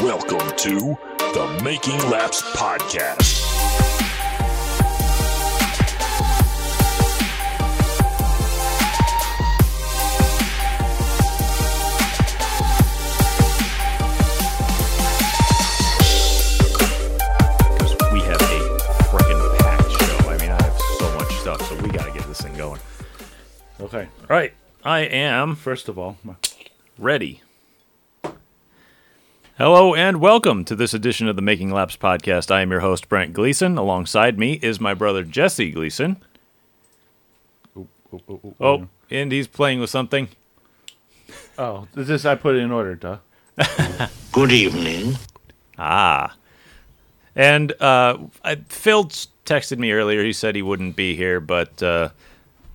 Welcome to the Making Laps Podcast. We have a freaking packed show. I mean, I have so much stuff, so we got to get this thing going. Okay. All right, I am First of all, my- ready. Hello and welcome to this edition of the Making Laps podcast. I am your host Brent Gleason. Alongside me is my brother Jesse Gleason. oh, oh, oh, Oh, and he's playing with something. oh, this is I put it in order, duh. Good evening. And uh, I, Phil texted me earlier. He said he wouldn't be here, but uh,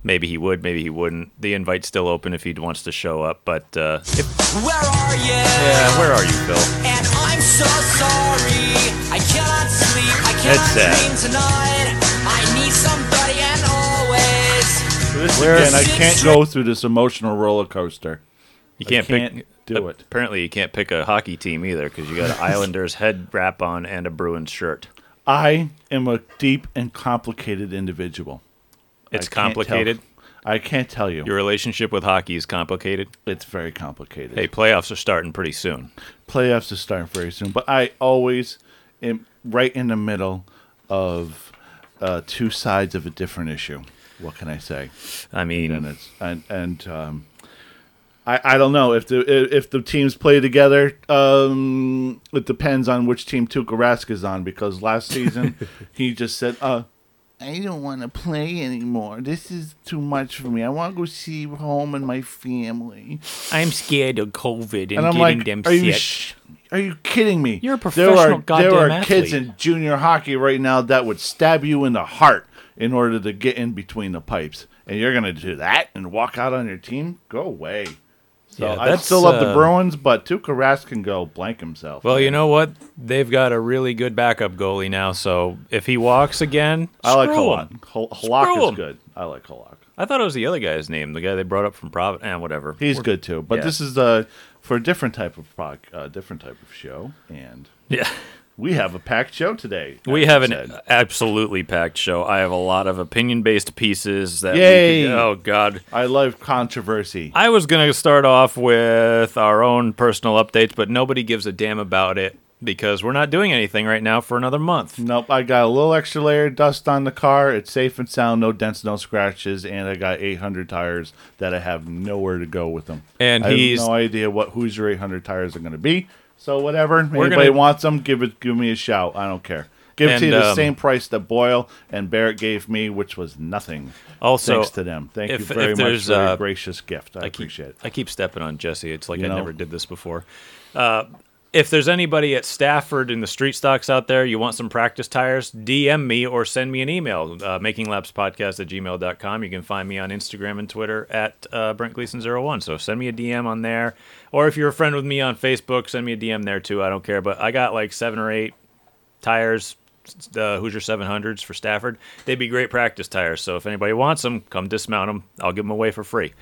maybe he would, maybe he wouldn't. The invite's still open if he wants to show up. But uh, if, Where are you? yeah, where are you, Phil? And I'm so sorry. I cannot sleep. I cannot That's sad. dream tonight. I need somebody and always. Again, I can't go through this emotional roller coaster. You can't, can't pick. do it. Apparently, you can't pick a hockey team either because you got an Islanders head wrap on and a Bruins shirt. I am a deep and complicated individual. I It's can't tell- complicated. I can't tell you. Your relationship with hockey is complicated. it's very complicated. Hey, playoffs are starting pretty soon. Playoffs to start very soon, but I always am right in the middle of uh, two sides of a different issue. What can I say? I and mean, it's and and um, I I don't know if the i- if the teams play together. Um, it depends on which team Tuukka Rask is on because last season he just said, "Uh, I don't want to play anymore. This is too much for me. I want to go see home and my family." I'm scared of COVID and, And I'm getting like, them "Are you sick. sh- are you kidding me? You're a There professional are goddamn there are athlete." kids in junior hockey right now that would stab you in the heart." In order to get in between the pipes, and you're gonna do that and walk out on your team? Go away. So Yeah, I that's, still love the uh, Bruins, but Tuukka Rask can go blank himself. well, you know what? They've got a really good backup goalie now. So if he walks again, I like screw him. Halak. Hol- Halak Screw is him. good. I like Halak. I thought it was the other guy's name, the guy they brought up from Providence, and whatever. He's good too. But yeah. this is uh, for a different type of prog- uh, different type of show, and yeah. we have a packed show today. We as have you an said. absolutely packed show. I have a lot of opinion-based pieces that. we Yay. could- oh God. I love controversy. I was going to start off with our own personal updates, but nobody gives a damn about it because we're not doing anything right now for another month. Nope, I got a little extra layer of dust on the car. It's safe and sound, no dents, no scratches, and I got 800 tires that I have nowhere to go with them. And I he's- have no idea what who's your 800 tires are going to be. So whatever, We're anybody gonna- wants them, give it, give me a shout. I don't care. Give it to And, you the um, same price that Boyle and Barrett gave me, which was nothing. Also, thanks to them. Thank if- you if very much there's, for uh, your gracious gift. I, I keep, appreciate it. I keep stepping on Jesse. It's like You I know? never did this before. Uh, if there's anybody at Stafford in the street stocks out there, you want some practice tires, DM me or send me an email, uh, makinglapspodcast at gmail.com. You can find me on Instagram and Twitter at uh, Brent Gleason01. So send me a DM on there. Or if you're a friend with me on Facebook, send me a DM there too. I don't care. But I got like seven or eight tires, uh, Hoosier 700s for Stafford. They'd be great practice tires. So if anybody wants them, come dismount them. I'll give them away for free.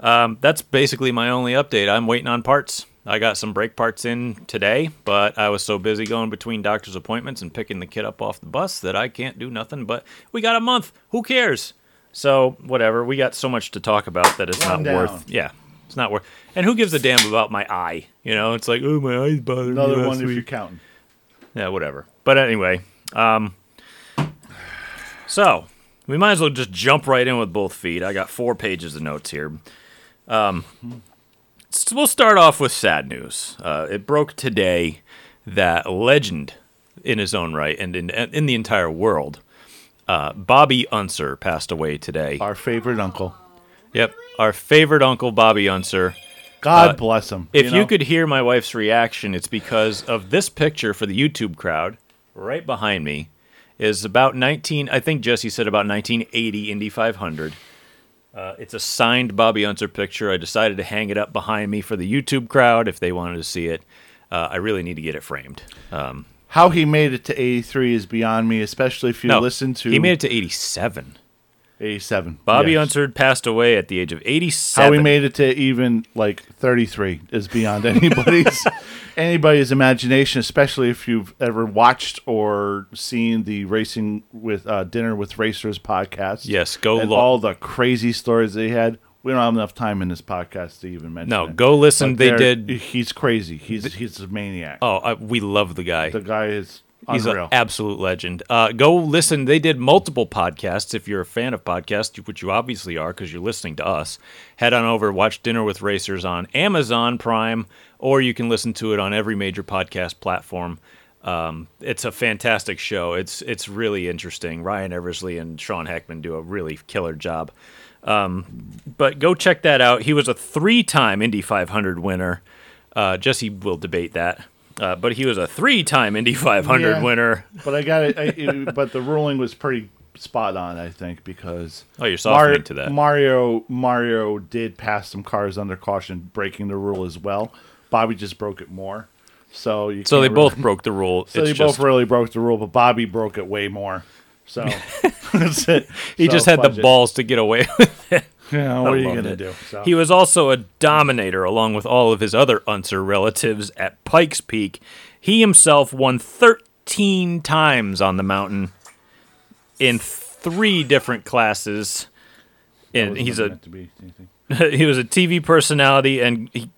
Um, that's basically my only update. I'm waiting on parts. I got some brake parts in today, but I was so busy going between doctor's appointments and picking the kid up off the bus that I can't do nothing. But we got a month. Who cares? So whatever. We got so much to talk about that it's One not down. worth. Yeah, it's not worth. And who gives a damn about my eye? You know, it's like oh my eye's bothering me. Another last one if week." you're counting. Yeah, whatever. But anyway, um, so we might as well just jump right in with both feet. I got four pages of notes here. Um, s- we'll start off with sad news. Uh, it broke today that legend in his own right and in, in the entire world, uh, Bobby Unser passed away today. Our favorite uncle. Uh, yep, our favorite uncle, Bobby Unser. God Uh, bless him. If you, know? could hear my wife's reaction, it's because of this picture for the YouTube crowd right behind me is about 19, I think Jesse said about 1980 Indy 500. Uh, it's a signed Bobby Unser picture. I decided to hang it up behind me for the YouTube crowd if they wanted to see it. Uh, I really need to get it framed. Um, how he made it to 83 is beyond me, especially if you no, listen to he made it to 87. 87. Bobby yes. Unser passed away at the age of 87. How he made it to even like 33 is beyond anybody's anybody's imagination, especially if you've ever watched or seen the Racing with uh, Dinner with Racers podcast. Yes, go and look. all the crazy stories they had. We don't have enough time in this podcast to even mention. No, it. go listen. But They they're- did. He's crazy. He's he's a maniac. Oh, I, we love the guy. The guy is He's unreal. an absolute legend. Uh, go listen. They did multiple podcasts. If you're a fan of podcasts, which you obviously are because you're listening to us, head on over, watch Dinner with Racers on Amazon Prime, or you can listen to it on every major podcast platform. Um, it's a fantastic show. It's it's really interesting. Ryan Eversley and Sean Heckman do a really killer job. Um, but go check that out. He was a three-time Indy 500 winner. Uh, Jesse will debate that, uh, but he was a three-time Indy 500 Yeah. winner. but I got it. But the ruling was pretty spot on, I think, because Oh, you're softening to that. Mario Mario did pass some cars under caution, breaking the rule as well. Bobby just broke it more. So you So they can't really- both broke the rule. so they It's just- both really broke the rule, but Bobby broke it way more. So that's it. he So just had the fudge it. balls to get away with it. Yeah, what are you loved gonna it. do? So. He was also a dominator along with all of his other Unser relatives at Pikes Peak. He himself won 13 times on the mountain in three different classes. And Wasn't he's a meant to be anything. he was a TV personality and he,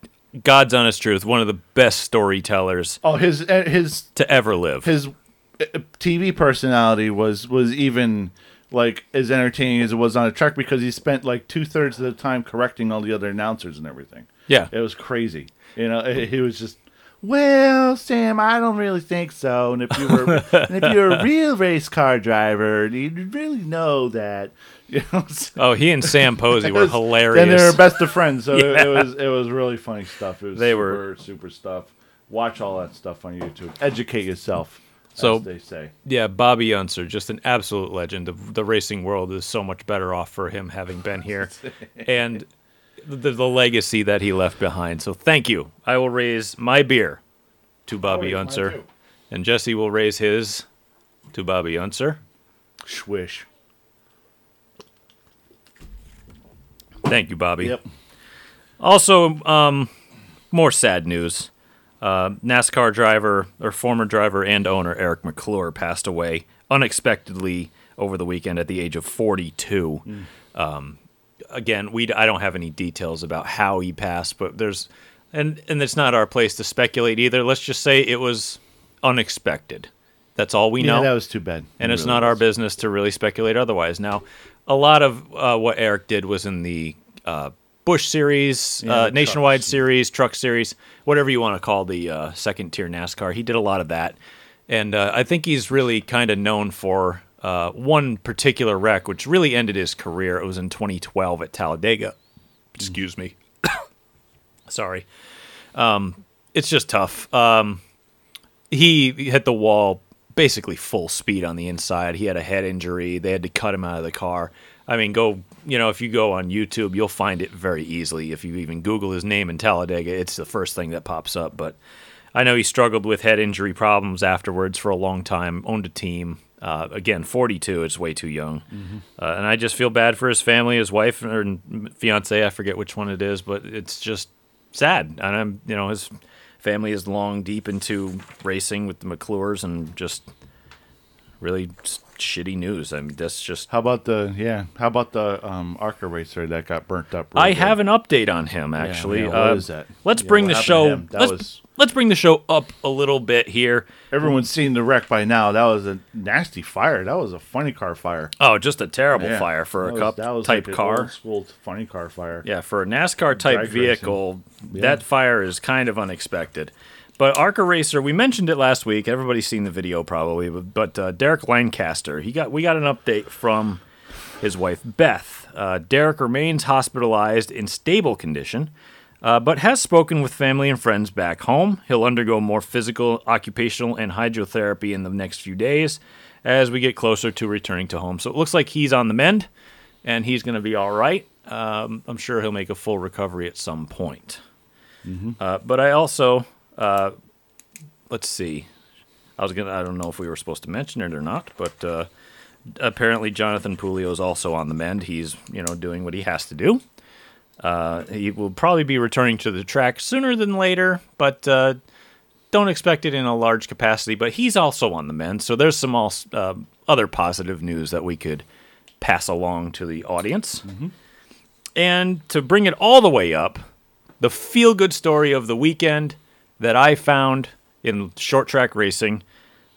God's honest truth, one of the best storytellers Oh, his eh, his to ever live. his uh, TV personality was was even like as entertaining as it was on a truck because he spent like two thirds of the time correcting all the other announcers and everything. Yeah. it was crazy. You know, eh, he was just. Well, Sam, I don't really think so. And if you were, and if you're a real race car driver, you'd really know that. You know, so oh, he and Sam Posey it were was- hilarious. And they were best of friends, so it, it was it was really funny stuff. It was They super, were- super stuff. Watch all that stuff on YouTube. Educate yourself, So- as they say. Yeah, Bobby Unser, just an absolute legend. The, the racing world is so much better off for him having been here, and the, the legacy that he left behind. So thank you. I will raise my beer to Bobby raise mine Unser, too. and Jesse will raise his to Bobby Unser. Swish. Thank you, Bobby. Yep. Also, um, more sad news. Uh, NASCAR driver or former driver and owner Eric McClure passed away unexpectedly over the weekend at the age of 42. Um, again, we I don't have any details about how he passed, but there's and and it's not our place to speculate either. Let's just say it was unexpected. That's all we Yeah, know that was too bad. and It it's really not our was. business to really speculate otherwise. Now, a lot of uh, what Eric did was in the uh, Bush series, the uh, trucks. nationwide series, truck series, whatever you want to call the uh, second tier NASCAR. He did a lot of that, and uh, I think he's really kind of known for uh, one particular wreck, which really ended his career. It was in 2012 at Talladega. Mm. Excuse me. Sorry. Um, it's just tough. Um, he hit the wall basically full speed on the inside. He had a head injury. They had to cut him out of the car. I mean, go, you know, if you go on YouTube, you'll find it very easily. If you even Google his name in Talladega, it's the first thing that pops up. But I know he struggled with head injury problems afterwards for a long time, owned a team. Uh, again, 42 is way too young. Uh, and I just feel bad for his family, his wife or fiance. I forget which one it is, but it's just sad. And I'm, you know, his family is long deep into racing with the McClures and just really just shitty news. I mean, that's just. How about the yeah? How about the um, Arca racer that got burnt up? I really have an update on him actually. yeah, what Uh, is that? Let's Yeah, bring what the happened to show. him? That Let's, was- let's bring the show up a little bit here. good. Everyone's seen the wreck by now. That was a nasty fire. That was a funny car fire. Oh, just a terrible Yeah. fire for That a was- cup that was type like an car. old school funny car fire. Yeah, for a NASCAR type Drag racing. vehicle, that fire is kind of unexpected. But Arca Racer, we mentioned it last week. Everybody's seen the video probably, but, but uh, Derek Lancaster, he got we got an update from his wife Beth. Uh, Derek remains hospitalized in stable condition, uh, but has spoken with family and friends back home. He'll undergo more physical, occupational, and hydrotherapy in the next few days as we get closer to returning to home. So it looks like he's on the mend and he's going to be all right. Um, I'm sure he'll make a full recovery at some point. Uh, but I also, uh, let's see. I was gonna. I don't know if we were supposed to mention it or not, but uh, apparently Jonathan Pulio is also on the mend. He's you know doing what he has to do. Uh, he will probably be returning to the track sooner than later, but uh, Don't expect it in a large capacity, but he's also on the mend. So there's some all, uh, other positive news that we could pass along to the audience. And to bring it all the way up, the feel good story of the weekend that I found in short track racing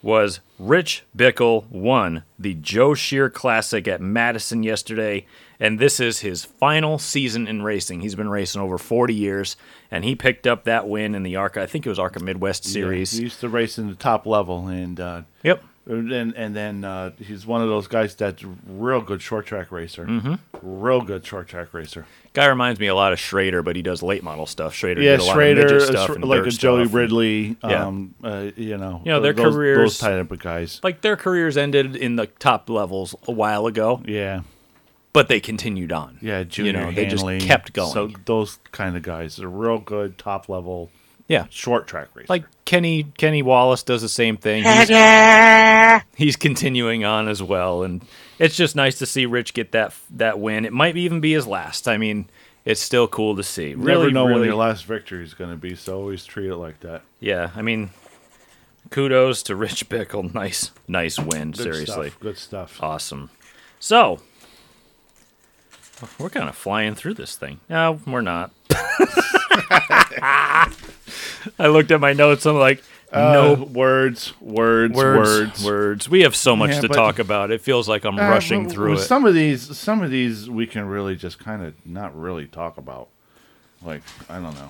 was Rich Bickle won the Joe Shear Classic at Madison yesterday, and this is his final season in racing. He's been racing over 40 years, and he picked up that win in the ARCA, I think it was ARCA Midwest Series. He used to race in the top level, and uh, Yep. and then- and then uh, he's one of those guys that's real good short track racer. Mm-hmm. Real good short track racer. Guy reminds me a lot of Schrader, but he does late model stuff. Schrader Yeah, did a lot Schrader, of a midget stuff Schra- and like dirt a Joey stuff. Ridley. Yeah. Um, uh, you know, You know, their those, careers- those type of guys. Like their careers ended in the top levels a while ago, Yeah, but they continued on. yeah. Junior you know, they just Hanley. kept going. So those kind of guys are real good top level yeah, short track racer. like Kenny Kenny Wallace does the same thing. He's, he's continuing on as well, and it's just nice to see Rich get that that win. It might even be his last. I mean, it's still cool to see. you never really, know when really- your last victory is going to be. So always treat it like that. Yeah, I mean, kudos to Rich Bickle. Nice, nice win. Good seriously, Uh, stuff, good stuff. awesome. So. We're kind of flying through this thing. No, we're not. I looked at my notes. I'm like, no nope. words, Uh, words, words, words, words. We have so much Yeah, to but- talk about. It feels like I'm Uh, rushing but through with it. Some of these, some of these, we can really just kind of not really talk about. Like I don't know.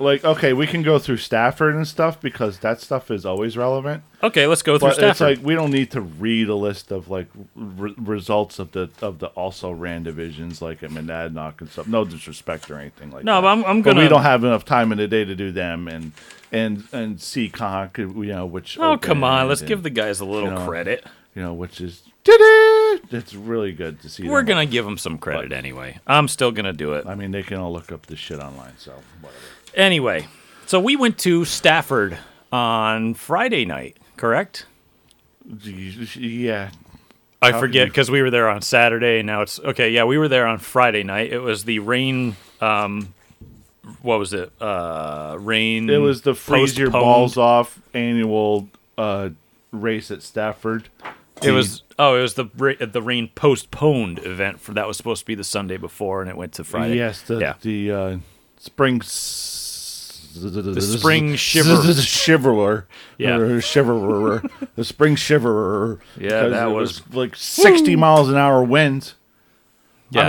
like okay, we can go through Stafford and stuff because that stuff is always relevant. okay, let's go through But it's Stafford. like we don't need to read a list of like re- results of the of the also ran divisions like at Monadnock and stuff. No disrespect or anything like No, that. but I'm- I'm But gonna- we don't have enough time in the day to do them and and and CCONC, you know, which oh come on, let's opened give and- the guys a little you know, credit. you know, which is it's really good to see. We're them. gonna give them some credit anyway. I'm still gonna do it I mean, they can all look up this shit online, so whatever. anyway. So we went to Stafford on Friday night, correct? Yeah, I How forget can you- because we were there on Saturday. And now it's okay. Yeah, we were there on Friday night. It was the rain. Um, what was it? Uh, rain. it was the freeze your postponed- balls off annual uh, race at Stafford. It was oh, it was the ra- the rain postponed event for that was supposed to be the Sunday before, and it went to Friday. yes, the yeah. the uh, spring. s- The spring shiver. shiverer, Yeah. Or shiverer, the spring shiverer. Yeah, because that it was- like sixty miles an hour winds. Yeah.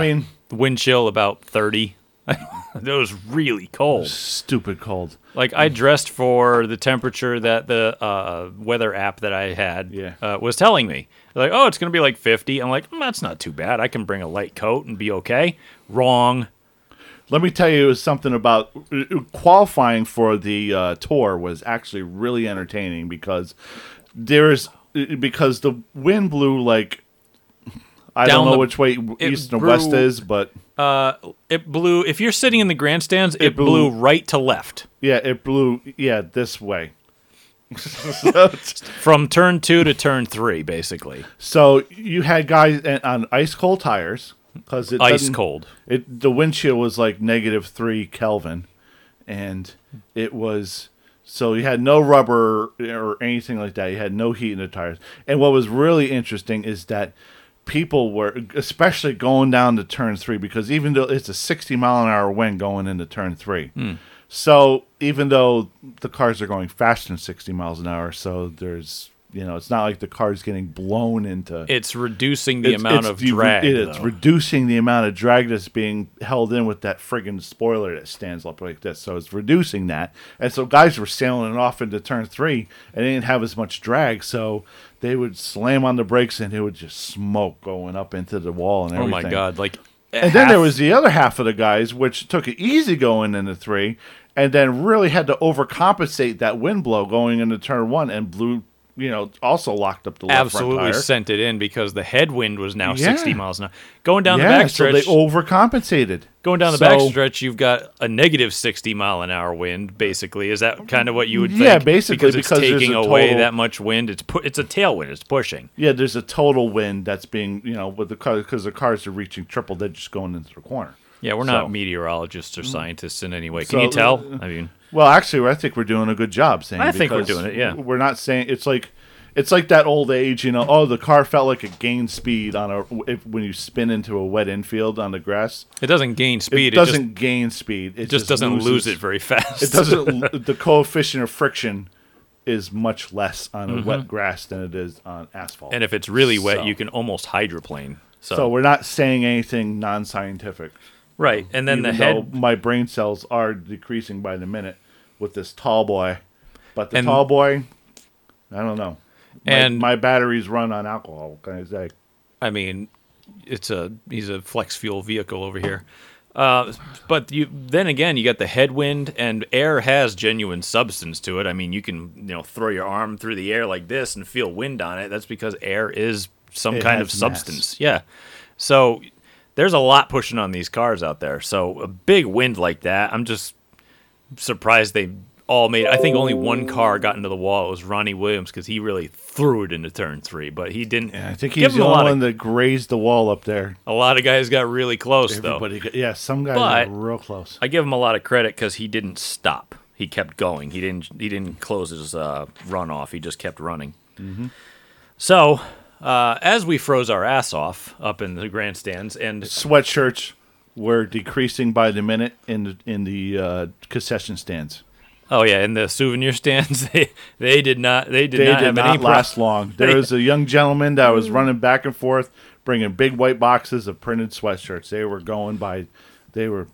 I mean, wind chill about thirty. it was really cold. stupid cold. Like I dressed for the temperature that the uh, weather app that I had Yeah. uh, was telling me. Like, oh, it's gonna be like fifty. I'm like, "Mm, that's not too bad. I can bring a light coat and be okay. Wrong. Let me tell you something about qualifying for the uh, tour was actually really entertaining because there's because the wind blew like I Down don't know the- which way it east and west blew- is, but Uh, It blew. If you're sitting in the grandstands, it, blew- blew right to left. yeah, it blew yeah this way. so, from turn two to turn three, basically. you had guys a- on ice cold tires because it Ice doesn't- cold. It the windshield was like negative three Kelvin, and it was so you had no rubber or anything like that. You had no heat in the tires. And what was really interesting is that people were, especially going down to turn three, because even though it's a sixty mile an hour wind going into turn three. So even though the cars are going faster than sixty miles an hour, so there's you know it's not like the car's getting blown into It's reducing the it's- amount it's of the- drag. it- it's though. reducing the amount of drag that's being held in with that friggin' spoiler that stands up like this. So it's reducing that. And so guys were sailing off into turn three and they didn't have as much drag. So they would slam on the brakes and it would just smoke going up into the wall and oh everything. my god! Like, And then there was the other half of the guys, which took it easy going into three, and then really had to overcompensate that wind blow going into turn one and blew, you know, also locked up the left front absolutely tire. sent it in because the headwind was now Yeah. 60 miles an hour. Going down yeah, the backstretch, so they overcompensated. going down the So- backstretch, you've got a negative 60 mile an hour wind. Basically, is that kind of what you would think? Yeah, basically, because it's because there's taking a away total- that much wind. It's pu- it's a tailwind. It's pushing. Yeah, there's a total wind that's being, you know, with the car because the cars are reaching triple digits going into the corner. Yeah, we're not So- meteorologists or scientists in any way. Can So- you tell? I mean, Well, actually, I think we're doing a good job saying. I think we're because doing it, yeah. we're not saying it's like it's like that old age, you know. Oh, the car felt like it gained speed on a if, when you spin into a wet infield on the grass. it doesn't gain It speed. It, doesn't gain speed. It just, just doesn't loses- lose it very fast. It doesn't. the coefficient of friction is much less on a wet grass than it is on asphalt. Mm-hmm. and if it's really wet, So- you can almost hydroplane. So, so we're not saying anything non-scientific. right, and then the even head. though my brain cells are decreasing by the minute with this tall boy. But the And- tall boy, I don't know. My, And- my batteries run on alcohol. What can I say? I mean, it's a he's a flex fuel vehicle over here. Uh, but you then again, you got the headwind, and air has genuine substance to it. I mean, you can you know throw your arm through the air like this and feel wind on it. That's because air is some It kind has of substance. Yeah. So there's a lot pushing on these cars out there. So a big wind like that, I'm just surprised they all made. I think only one car got into the wall. It was Ronnie Williams because he really threw it into turn three, but he didn't. I think give he's him the a lot only of one that grazed the wall up there. a lot of guys got really close though. Everybody, got- yeah, some guys But- are real close. I give him a lot of credit because he didn't stop. He kept going. He didn't. He didn't close his uh, run off. He just kept running. Mm-hmm. So, uh, as we froze our ass off up in the grandstands, and Sweatshirts were decreasing by the minute in the, in the uh, concession stands. oh yeah, in the souvenir stands, they they did not. They did They not did have not any last pro- long. There was a young gentleman that was running back and forth, bringing big white boxes of printed sweatshirts. They were going by. They were.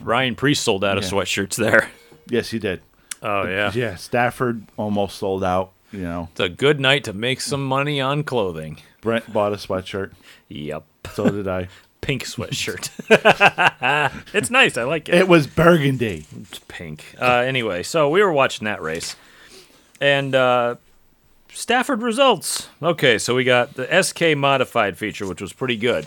Ryan Priest sold out of Yeah. sweatshirts there. Yes, he did. Oh yeah. Yeah, Stafford almost sold out. You know, It's a good night to make some money on clothing. Brent bought a sweatshirt. Yep. So did I. Pink sweatshirt. it's nice. I like it. It was burgundy. pink. Uh, anyway, so we were watching that race, and uh, Stafford results. Okay, so we got the SK modified feature, which was pretty good.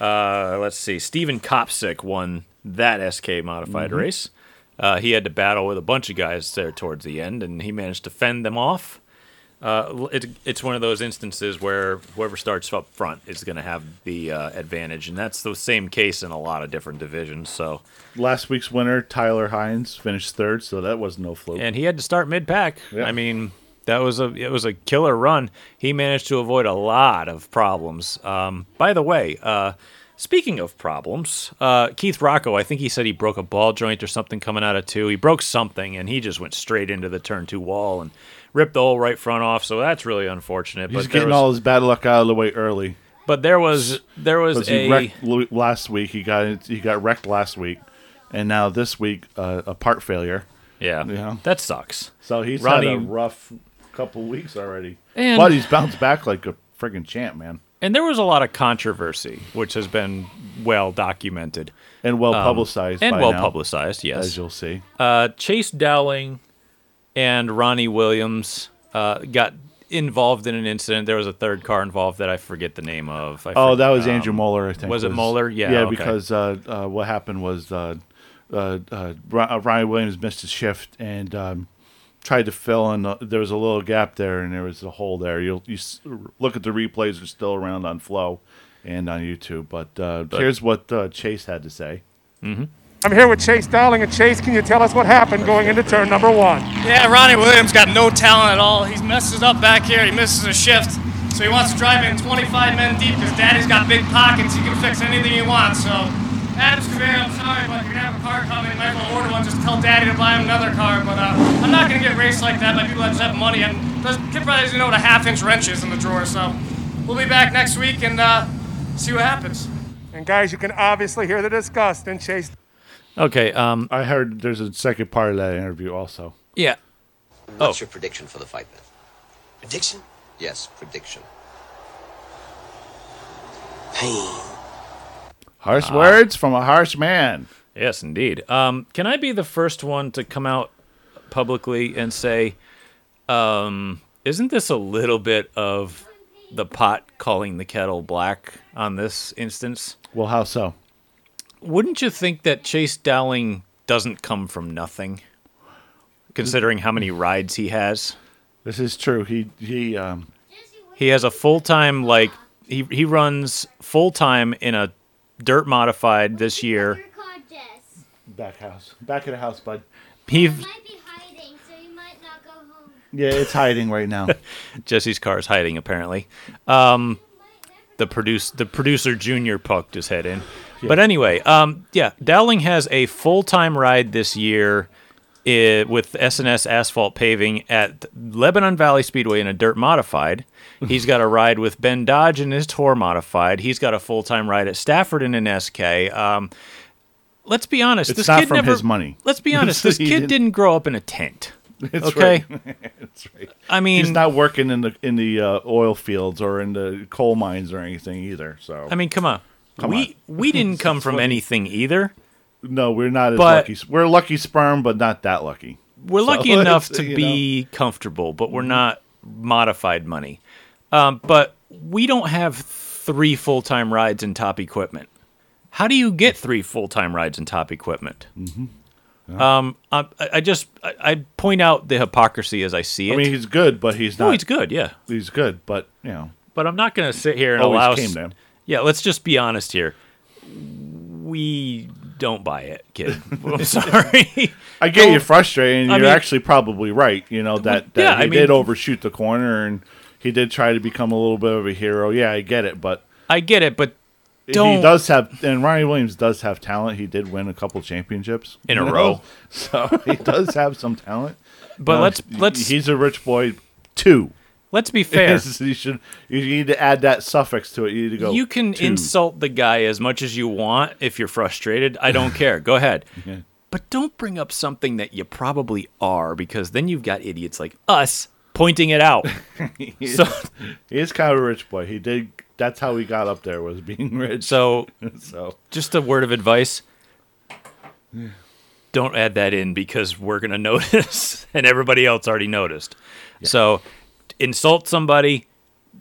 Uh, let's see, Steven Kopsick won that SK modified race. Uh, he had to battle with a bunch of guys there towards the end, and he managed to fend them off. Uh, l- it, it's one of those instances where whoever starts up front is going to have the uh, advantage, and that's the same case in a lot of different divisions. So Last week's winner, Tyler Hines, finished third, so that was no fluke. and he had to start mid pack. Yeah. I mean, that was a it was a killer run. He managed to avoid a lot of problems. Um, by the way, uh, speaking of problems, uh, Keith Rocco, I think he said he broke a ball joint or something coming out of two. He broke something, and he just went straight into the turn two wall and ripped the whole right front off. So that's really unfortunate. He's but there getting was, all his bad luck out of the way early. but there was there was Because he a wrecked lo- last week. He got he got wrecked last week, and now this week uh, a part failure. yeah, Yeah. that sucks. So he's had a Ronnie- rough couple weeks already. And- but he's bounced back like a friggin' champ, man, And there was a lot of controversy, which has been well documented and well publicized Um, and by well now, publicized. Yes, as you'll see. uh, Chase Dowling and Ronnie Williams uh, got involved in an incident. There was a third car involved that I forget the name of. I Oh, for- that was um, Andrew Moeller, I think. was it Moeller? Yeah, Yeah, okay. because uh, uh, what happened was uh, uh, uh, Ri- uh, Ryan Williams missed his shift and um, tried to fill in. The, there was a little gap there, and there was a hole there. You'll you s- look at the replays; they're still around on Flow and on YouTube. But, uh, here's what uh, Chase had to say. I'm here with Chase Dowling. And Chase, can you tell us what happened going into turn number one? Yeah, Ronnie Williams got no talent at all. He messes up back here. He misses a shift. So he wants to drive in 25 men deep because daddy's got big pockets. He can fix anything he wants. So, Adams Cabrera, I'm sorry, but you're going to have a car coming. You might want to order one. Just tell daddy to buy him another car. But uh, I'm not going to get raced like that by people that just have money. And the kid probably doesn't know what a half inch wrench is in the drawer. So, we'll be back next week and uh, see what happens. And guys, you can obviously hear the disgust in Chase. Okay. Um. I heard there's a second part of that interview also. Yeah. What's your prediction for the fight then? Prediction? Yes, prediction. Pain. Harsh words from a harsh man. Yes, indeed. Um. Can I be the first one to come out publicly and say, um, isn't this a little bit of the pot calling the kettle black on this instance? Well, how so? Wouldn't you think that Chase Dowling doesn't come from nothing, considering how many rides he has? This is true. He he um, He has a full time like he he runs full time in a dirt modified this year back house, back of the house, bud. He might be hiding, so you might not go home. Yeah, it's hiding right now. Jesse's car is hiding apparently. the produce the producer junior poked his head in. But anyway, um, yeah, Dowling has a full time ride this year i with SNS asphalt paving at Lebanon Valley Speedway in a dirt modified. Mm-hmm. He's got a ride with Ben Dodge in his tour modified. He's got a full time ride at Stafford in an SK. Um, let's be honest, It's this not kid from never, his money. Let's be honest, this He kid didn't- didn't, grow up in a tent. It's okay, right. It's right. I mean, He's not working in the in the uh, oil fields or in the coal mines or anything either. So I mean, come on. we we didn't come from anything either. no, we're not as but- lucky. We're lucky sperm, but not that lucky. We're So lucky it's, enough to you know. Mm-hmm. be comfortable, but we're not modified money. Um, but we don't have three full time rides and top equipment. How do you Mm. get three full time rides and top equipment? Mm-hmm. Um, I, I just I, I point out the hypocrisy as I see it. I mean, he's good, but he's not. no, he's good, yeah, He's good, but you know, but I'm not going to sit here and always allow. came s- to him. Yeah, let's just be honest here. We don't buy it, kid. I'm sorry. I get you frustrated, and I you're mean- actually probably right. You know that, that yeah, he I did mean- overshoot the corner, and he did try to become a little bit of a hero. Yeah, I get it, but I get it, but he don't does have, and Ronnie Williams does have talent. He did win a couple championships In a you know? row. so he does have some talent. But No, let's he- let's he's a rich boy too. let's be fair. you should you need to add that suffix to it. You need to go. You can to. insult the guy as much as you want if you're frustrated. I don't care. Go ahead. But don't bring up something that you probably are because then you've got idiots like us pointing it out. so He is kind of a rich boy. He did. That's how he got up there was being rich. so so just a word of advice. Don't add that in because we're going to notice and everybody else already noticed. So insult somebody,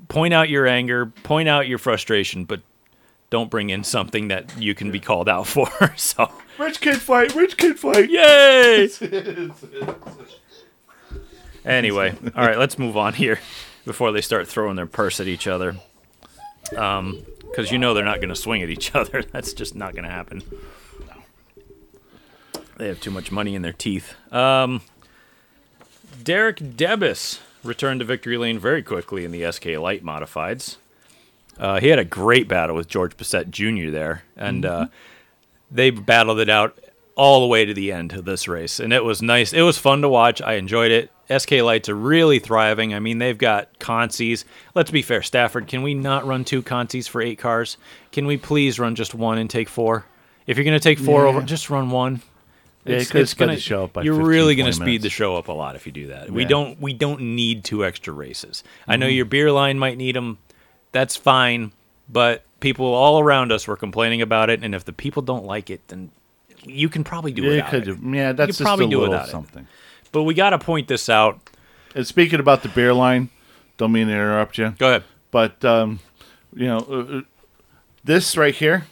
point out your anger, point out your frustration, but don't bring in something that you can be called out for. So, rich kid fight. Rich kid fight. yay! anyway, all right, let's move on here before they start throwing their purse at each other. Um, because you know they're not going to swing at each other. That's just not going to happen. They have too much money in their teeth. Um, Derek Debus returned to victory lane very quickly in the SK Light modifieds. Uh, he had a great battle with George Bissett Jr. there, and Mm-hmm. uh, they battled it out all the way to the end of this race, and it was nice. It was fun to watch. I enjoyed it. SK Lights are really thriving. I mean, they've got Consies. Let's be fair, Stafford. Can we not run two Consies for eight cars? Can we please run just one and take four? If you're going to take four over, just run one. Yeah, It's- it could it's speed gonna- the show up by You're 15, really going to 20 speed the minutes. show up a lot if you do that. We Yeah. Mm-hmm. don't we don't need two extra races. I know your beer line might need them. That's fine, but people all around us were complaining about it, and if the people don't like it, then you can probably do Yeah, without could it. do. Yeah, that's just probably a do little without it. something. But we got to point this out. And speaking about the beer line, don't mean to interrupt you. Go ahead. But um, you know, uh, uh, this right here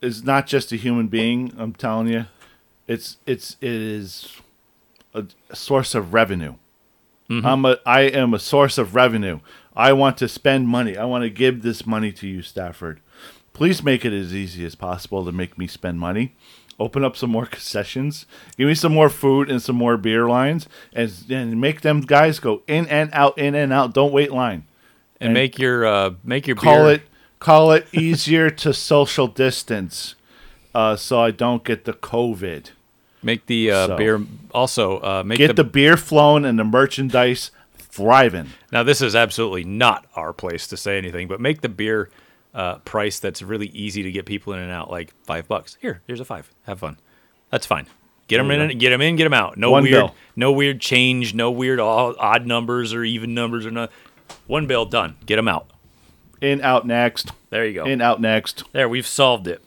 is not just a human being. I'm telling you, it's it's it is a source of revenue. I'm a I am a source of revenue. I want to spend money. I want to give this money to you, Stafford. Please make it as easy as possible to make me spend money. Open up some more concessions. Give me some more food and some more beer lines, and, and make them guys go in and out, in and out. Don't wait line And, make your uh, make your call beer- it call it easier to social distance uh, so I don't get the COVID. make the uh, so. beer also uh, make Get the beer flown and the merchandise thriving. Now, this is absolutely not our place to say anything, but make the beer uh, price that's really easy to get people in and out, like five bucks. Here, here's a five. Have fun. That's fine. Get them in, get them in, get them out. No One weird, bill. no weird change, no weird all, odd numbers or even numbers or not. One bill done. Get them out. In out next. There you go. In out next. There, we've solved it.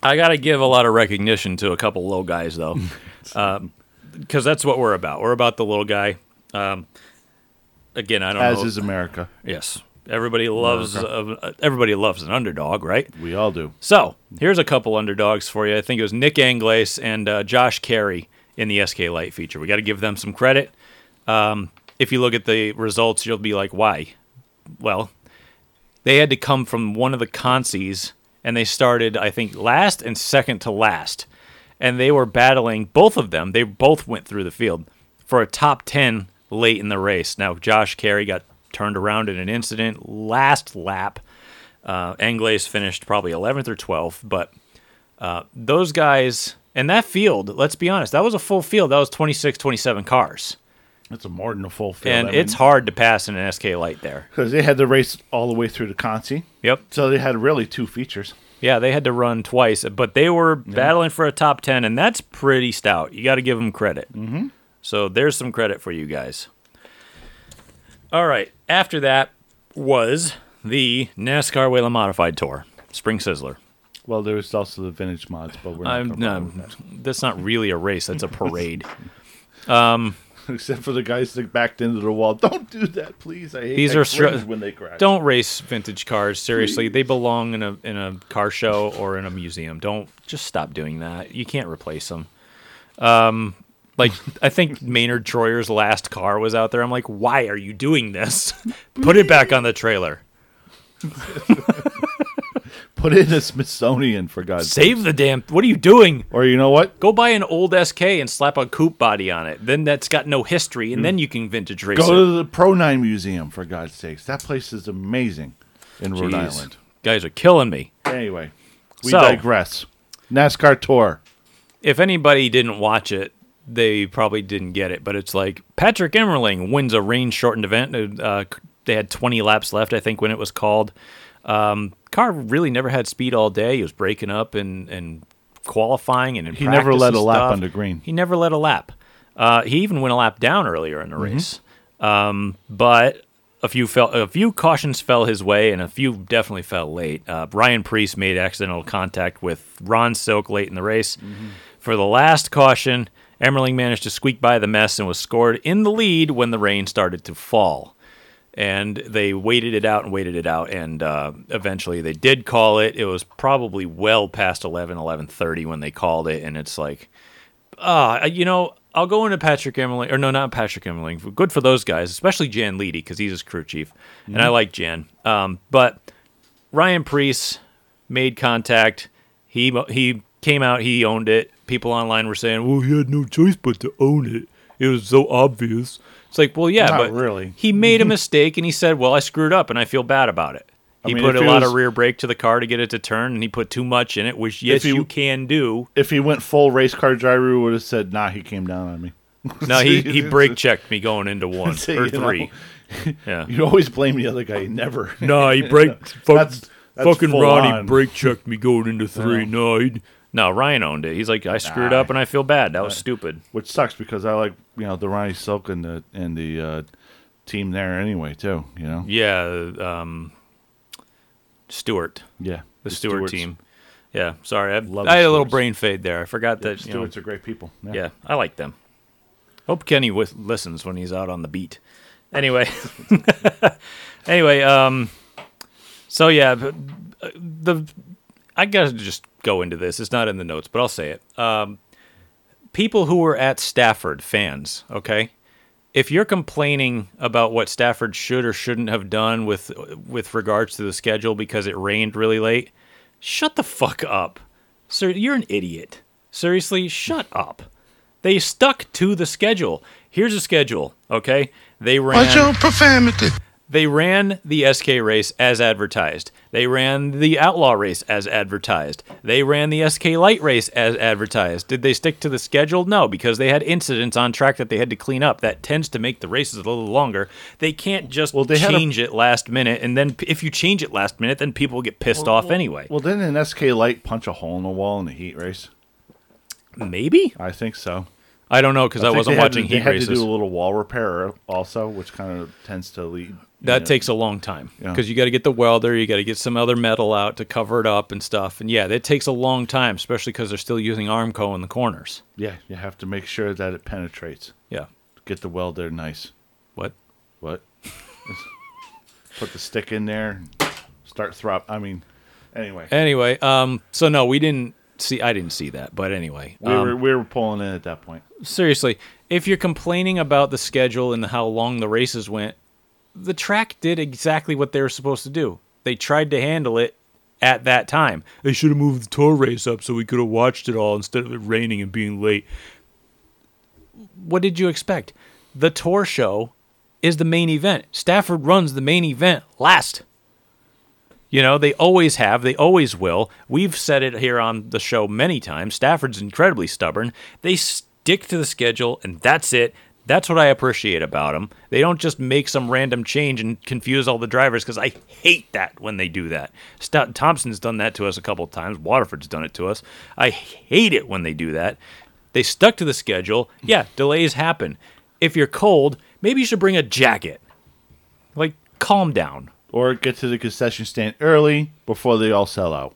I got to give a lot of recognition to a couple little guys, though, because that's what we're about. We're about the little guy. Um, again, I don't As know. is America. Yes. Everybody loves uh, everybody loves an underdog, right? We all do. So here's a couple underdogs for you. I think it was Nick Anglace and uh, Josh Carey in the SK Light feature. We got to give them some credit. Um, if you look at the results, you'll be like, why? Well, they had to come from one of the consies, and they started, I think, last and second to last. and they were battling both of them. They both went through the field for a top 10 late in the race. Now, Josh Carey got turned around in an incident last lap. Uh, Anglais finished probably 11th or 12th, but uh, those guys and that field, let's be honest, that was a full field. That was 26, 27 cars. That's a more than a full field. And it's hard to pass in an SK light there. because they had the race all the way through to Conti. Yep. So they had really two features. Yeah, they had to run twice, but they were battling for a top 10, and that's pretty stout. You got to give them credit. Mm-hmm. So there's some credit for you guys. All right. After that was the NASCAR Wayla Modified Tour, Spring Sizzler. Well, there was also the vintage mods, but we're not. I'm, um, gonna bother no, with that's not really a race, that's a parade. that. Except for the guys that backed into the wall. Don't do that, please. I hate These I are str- cringe when they crash. Don't race vintage cars. Seriously, they belong in a in a car show or in a museum. Don't just stop doing that. You can't replace them. Um, like I think Maynard Troyer's last car was out there. I'm like, why are you doing this? Put it back on the trailer. put it in the Smithsonian for God's sake. Save the damn. What are you doing? Or you know what? Go buy an old SK and slap a coupe body on it. Then that's got no history, and then you can vintage race Hmm. Go it. to the Pro Nine Museum for God's sakes. That place is amazing in Rhode Jeez. Island. Guys are killing me. Anyway, we So- digress. NASCAR Tour. if anybody didn't watch it, they probably didn't get it. But it's like Patrick Emmerling wins a rain shortened event. Uh, they had 20 laps left, I think, when it was called. Um, car really never had speed all day. He was breaking up and and qualifying and in He never practice led and a lap stuff. on the green. He never led a lap. Uh, he even went a lap down earlier Mm-hmm. in the race. Um, but a few fell, a few cautions fell his way, and a few definitely fell late. Uh, Ryan Priest made accidental contact with Ron Silk late in the race. Mm-hmm. For the last caution, Emmerling managed to squeak by the mess and was scored in the lead when the rain started to fall. And they waited it out and waited it out, and uh, eventually they did call it. It was probably well past 11, 11.30 when they called it, and it's like, uh, you know, I'll go into Patrick Emmerling, or no, not Patrick Emmerling. Good for those guys, especially Jan Leedy, because he's his crew chief, and I Mm-hmm. like Jan. Um, but Ryan Priest made contact. He he came out. He owned it. People online were saying, "Well, he had no choice but to own it. It was so obvious." It's like, well, yeah, Not but really. He made a Mm-hmm. mistake, and he said, "Well, I screwed up, and I feel bad about it." He mean, put if a it lot was- of rear brake to the car to get it to turn, and he put too much in it, which yes, he- you can do. If he went full race car driver, we would have said, "Nah, he came down on me." No, he, he So- brake checked me going into one So, or you know. three. Yeah. You always blame the other guy. You never. No, he brake fuck, That's- that's fucking full Ronnie on. brake checked me going into three. No, he, no, Ryan owned it. He's like, I screwed up and I feel bad. That was stupid. which sucks because I like you know the Ronnie Silk and the and the uh, team there anyway too. You know. Yeah, um, Stewart, Yeah. the, Stewart Stewarts- team. Yeah, sorry, I, Love I had the a little Stewarts. brain fade there. I forgot that. you know, Stewarts are great people. yeah, I like them. Hope Kenny with, listens when he's out on the beat. Anyway, anyway, um, so yeah, b- uh, the I gotta just go into this. It's not in the notes, but I'll say it. Um, people who were at Stafford, fans, okay, if you're complaining about what Stafford should or shouldn't have done with with regards to the schedule because it rained really late, shut the fuck up, sir. You're an idiot. Seriously, shut up. They stuck to the schedule. Here's a schedule, okay? They ran they ran the SK race as advertised. They ran the Outlaw race as advertised. They ran the SK Light race as advertised. Did they stick to the schedule? No, because they had incidents on track that they had to clean up. That tends to make the races a little longer. They can't just they had a- change it last minute. And then p- if you change it last minute, then people get pissed off anyway. Well, didn't an SK Light punch a hole in the wall in the heat race? Maybe? I think so. I don't know because I, think wasn't they had watching to, heat they had races. to do a little wall repair also, which kind of tends to lead. That you know, takes a long time Yeah. because you got to get the welder, you got to get some other metal out to cover it up and stuff. And yeah, that takes a long time, especially because they're still using Armco in the corners. Yeah, you have to make sure that it penetrates. Yeah. Get the weld there nice. What? What? Put the stick in there. Start throp. I mean, anyway, Anyway, um, so no, we didn't see. I didn't see that, but anyway, we um, were we were pulling in at that point. seriously, if you're complaining about the schedule and how long the races went, the track did exactly what they were supposed to do. They tried to handle it at that time. They should have moved the tour race up so we could have watched it all instead of it raining and being late. What did you expect? The tour show is the main event. Stafford runs the main event last. You know, they always have, they always will. We've said it here on the show many times. Stafford's incredibly stubborn. They stick to the schedule, and that's it. That's what I appreciate about them. They don't just make some random change and confuse all the drivers because I hate that when they do that. Sta Thompson's done that to us a couple of times. Waterford's done it to us. I hate it when they do that. They stuck to the schedule. Yeah, delays happen. If you're cold, maybe you should bring a jacket. Like, calm down. Or get to the concession stand early before they all sell out.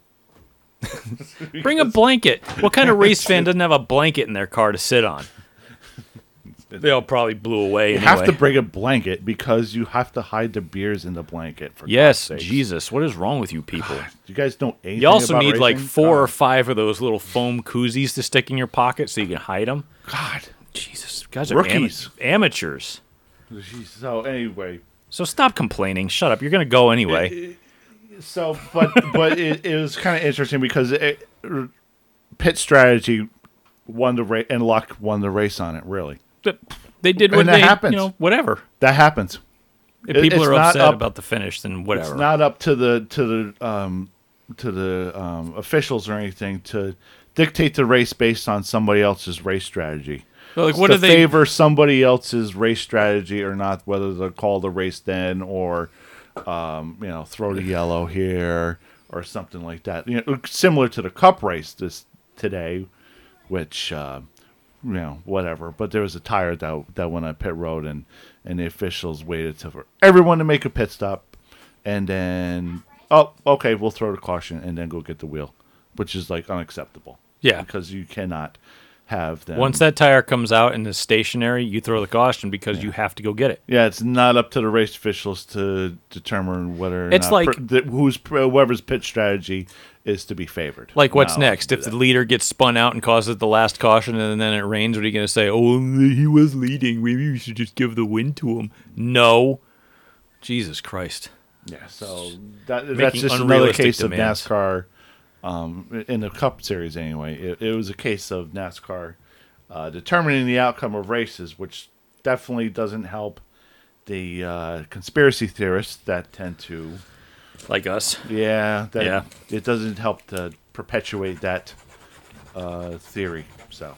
Bring a blanket. What kind of race fan doesn't have a blanket in their car to sit on? They all probably blew away. You anyway. have to bring a blanket because you have to hide the beers in the blanket. For Yes, God's sakes. Jesus, what is wrong with you people? You guys don't. You also need like four Oh, Uh. or five of those little foam koozies to stick in your pocket so you can hide them. God. Jesus, guys are Rookies. ama- amateurs. Jeez, So anyway, So stop complaining. Shut up. You're gonna go anyway. so but but it, it was kind of interesting because it, pit strategy won the race and luck won the race on it. Really, But They did And what that they, happens. you know, whatever. that happens. If It- people it's are not upset up- about the finish, then whatever. It's not up to the to the um, to the um, officials or anything to dictate the race based on somebody else's race strategy. Well, like, It's what to do they- favor somebody else's race strategy or not? Whether they'll call the race then or um, you know throw the yellow here or something like that. You know, similar to the cup race this today, which. Uh, you know, whatever. But there was a tire that that went on pit road, and and the officials waited to, for everyone to make a pit stop, and then oh, okay, we'll throw the caution and then go get the wheel, which is like unacceptable. Yeah. because you cannot have them Once that tire comes out and is stationary, you throw the caution because you have to go get it. Yeah, it's not up to the race officials to determine whether or It's not like- pr- th- who's uh, whoever's pit strategy is to be favored. Like what's No. next? If the leader gets spun out and causes the last caution, and then it rains, what are you going to say? Oh, he was leading. Maybe we should just give the win to him. No, Jesus Christ. Yeah, so that, that's making just another unrealistic case demands. of NASCAR um, in the Cup Series. Anyway, it, it was a case of NASCAR uh, determining the outcome of races, which definitely doesn't help the uh, conspiracy theorists that tend to, Like us. yeah, that Yeah. it doesn't help to perpetuate that uh, theory. So,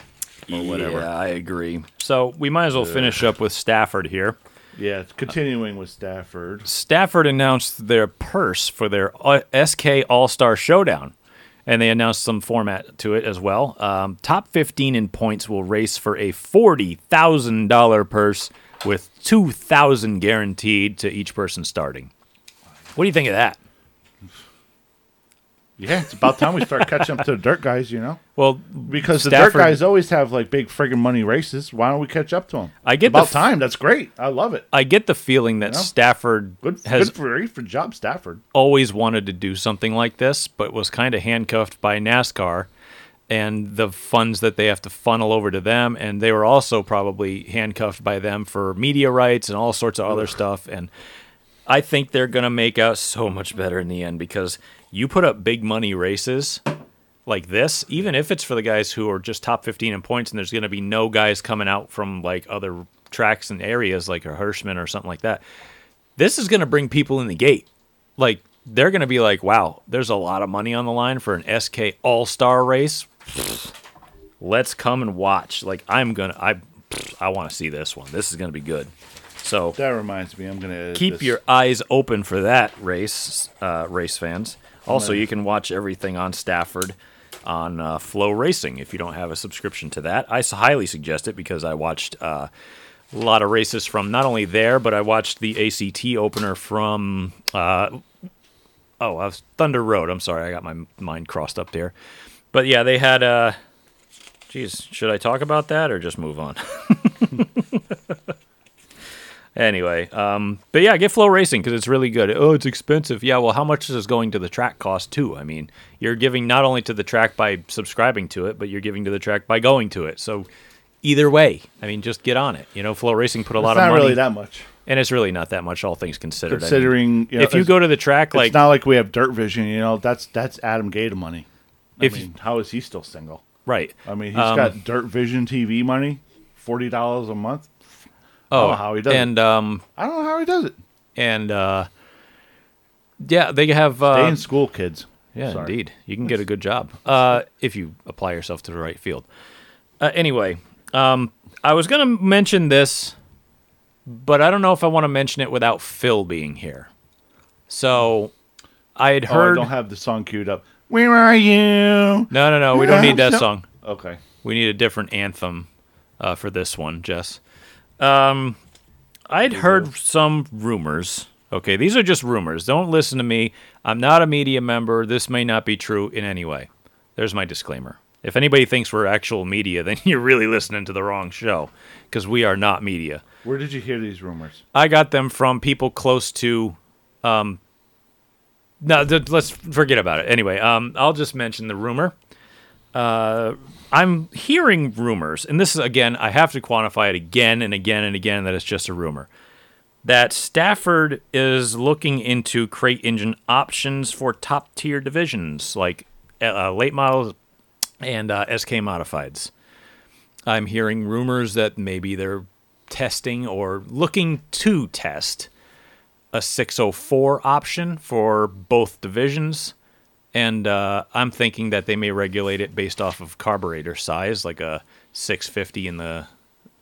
or whatever. Yeah, I agree. So we might as well finish up with Stafford here. it's continuing with Stafford. Stafford announced their purse for their uh, SK All Star Showdown, and they announced some format to it as well. Um, top 15 in points will race for a $40,000 purse with 2000 guaranteed to each person starting. What do you think of that? Yeah, it's about time we start catching up to the dirt guys. You know. Well, Because the Stafford- dirt guys always have like big friggin' money races. Why don't we catch up to them? I get the about f- time. That's great. I love it. I get the feeling that Yeah. Stafford Good, has good for for job Stafford. always wanted to do something like this, but was kind of handcuffed by NASCAR and the funds that they have to funnel over to them. And they were also probably handcuffed by them for media rights and all sorts of other stuff. And I think they're going to make out so much better in the end because you put up big money races like this, even if it's for the guys who are just top 15 in points, and there's going to be no guys coming out from like other tracks and areas like a Hirschman or something like that. This is going to bring people in the gate. Like they're going to be like, wow, there's a lot of money on the line for an SK All Star race. Let's come and watch. Like I'm gonna, I, I want to see this one. This is going to be good. So That reminds me, I'm gonna edit keep this. your eyes open for that race, uh, race fans. Also, you can watch everything on Stafford on uh, Flow Racing if you don't have a subscription to that. I s- highly suggest it because I watched uh, a lot of races from not only there, but I watched the ACT opener from uh, oh, I was Thunder Road. I'm sorry, I got my mind crossed up there. But yeah, they had. Uh, geez, should I talk about that or just move on? Anyway, um, but yeah, get Flow Racing because it's really good. Oh, it's expensive. Yeah, well, how much is going to the track cost too? I mean, you're giving not only to the track by subscribing to it, but you're giving to the track by going to it. So either way, I mean, just get on it. You know, Flow Racing put a lot It's of not money. really that much. and it's really not that much, all things considered. I mean, Considering, you know, if you it's- go to the track, It's like not like we have dirt vision, you know. That's that's Adam Gator money. I If- mean, how is he still single? right, I mean, he's Um, got dirt vision TV money, forty dollars a month. I don't know how he does Oh, and it. um, I don't know how he does it. and uh, yeah, they have Stay uh, in school, kids. Yeah, Sorry. indeed. You can get a good job uh, if you apply yourself to the right field. Uh, anyway, um, I was going to mention this, but I don't know if I want to mention it without Phil being here. So I had Oh, I heard. don't have the song queued up. Where are you? no, no, no. We don't need that song. Okay. We need a different anthem uh, for this one, Jess. Um, I'd heard some rumors. Okay, these are just rumors. Don't listen to me. I'm not a media member. This may not be true in any way. There's my disclaimer. If anybody thinks we're actual media, then you're really listening to the wrong show because we are not media. Where did you hear these rumors? I got them from people close to. Um, no, th- let's forget about it. Anyway, um, I'll just mention the rumor. Uh, I'm hearing rumors, and this is again, I have to quantify it again and again and again that it's just a rumor. That Stafford is looking into crate engine options for top tier divisions like uh, late models and uh, SK modifieds. I'm hearing rumors that maybe they're testing or looking to test a 604 option for both divisions. And uh, I'm thinking that they may regulate it based off of carburetor size, like a 650 in the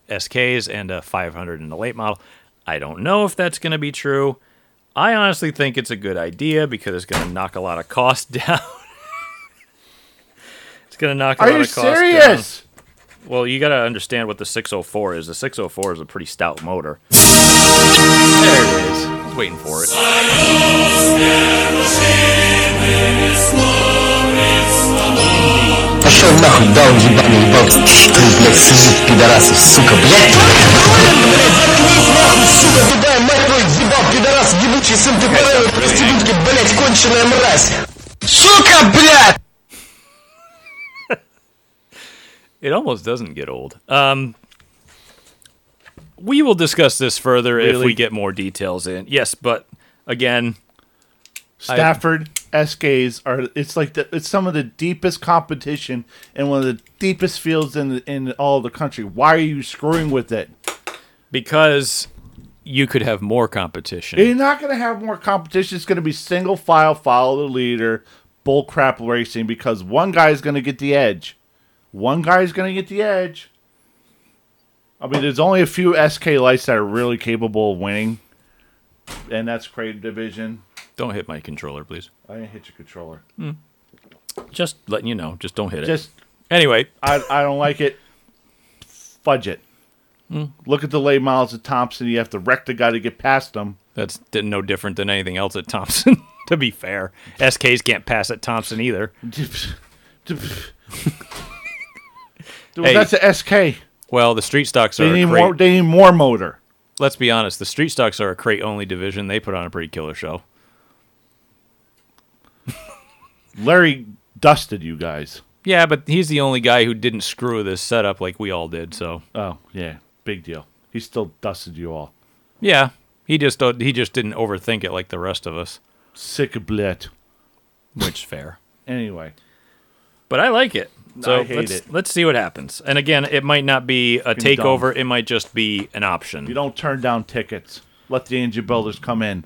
SKs and a 500 in the late model. I don't know if that's going to be true. I honestly think it's a good idea because it's going to knock a lot of cost down. it's going to knock a lot of cost down. Well, you got to understand what the 604 is. The 604 is a pretty stout motor. There it is. I was waiting for it. Пошел нахуй, да, он ебаный ебал. Ты, блядь, сижу, пидорасы, сука, блядь. Заткнись нахуй, сука, тупая мать твою, ебал, пидорас, ебучий сын, ты правила, проститутки, блядь, конченая мразь. Сука, блядь! It almost doesn't get old. Um, we will discuss this further if we Really? get more details in. Yes, but again, Stafford SKs are it's like the, it's some of the deepest competition and one of the deepest fields in the, in all the country. Why are you screwing with it? because you could have more competition. You're not going to have more competition. It's going to be single file, follow the leader, bullcrap racing because one guy is going to get the edge. One guy is going to get the edge. I mean, there's only a few SK lights that are really capable of winning, and that's Crate Division. don't hit my controller, please. I didn't hit your controller. Just letting you know. Just don't hit it. Just anyway, I, I don't like it. Fudge it. Look at the late miles of Thompson. You have to wreck the guy to get past him. that's di- no different than anything else at Thompson. to be fair, SKs can't pass at Thompson either. Dude, Hey. That's a SK. Well, the street stocks are They a need great- more. They need more motor. let's be honest, the Street Stocks are a crate only division. They put on a pretty killer show. Larry dusted you guys. Yeah, but he's the only guy who didn't screw this setup like we all did. So Oh yeah, big deal. He still dusted you all. yeah, he just don't- he just didn't overthink it like the rest of us, Sick blit. which is fair. Anyway, But I like it. So I hate let's it. let's see what happens. And again, it might not be a Fucking dumb. takeover. It might just be an you option. don't turn down tickets. Let the engine builders come in.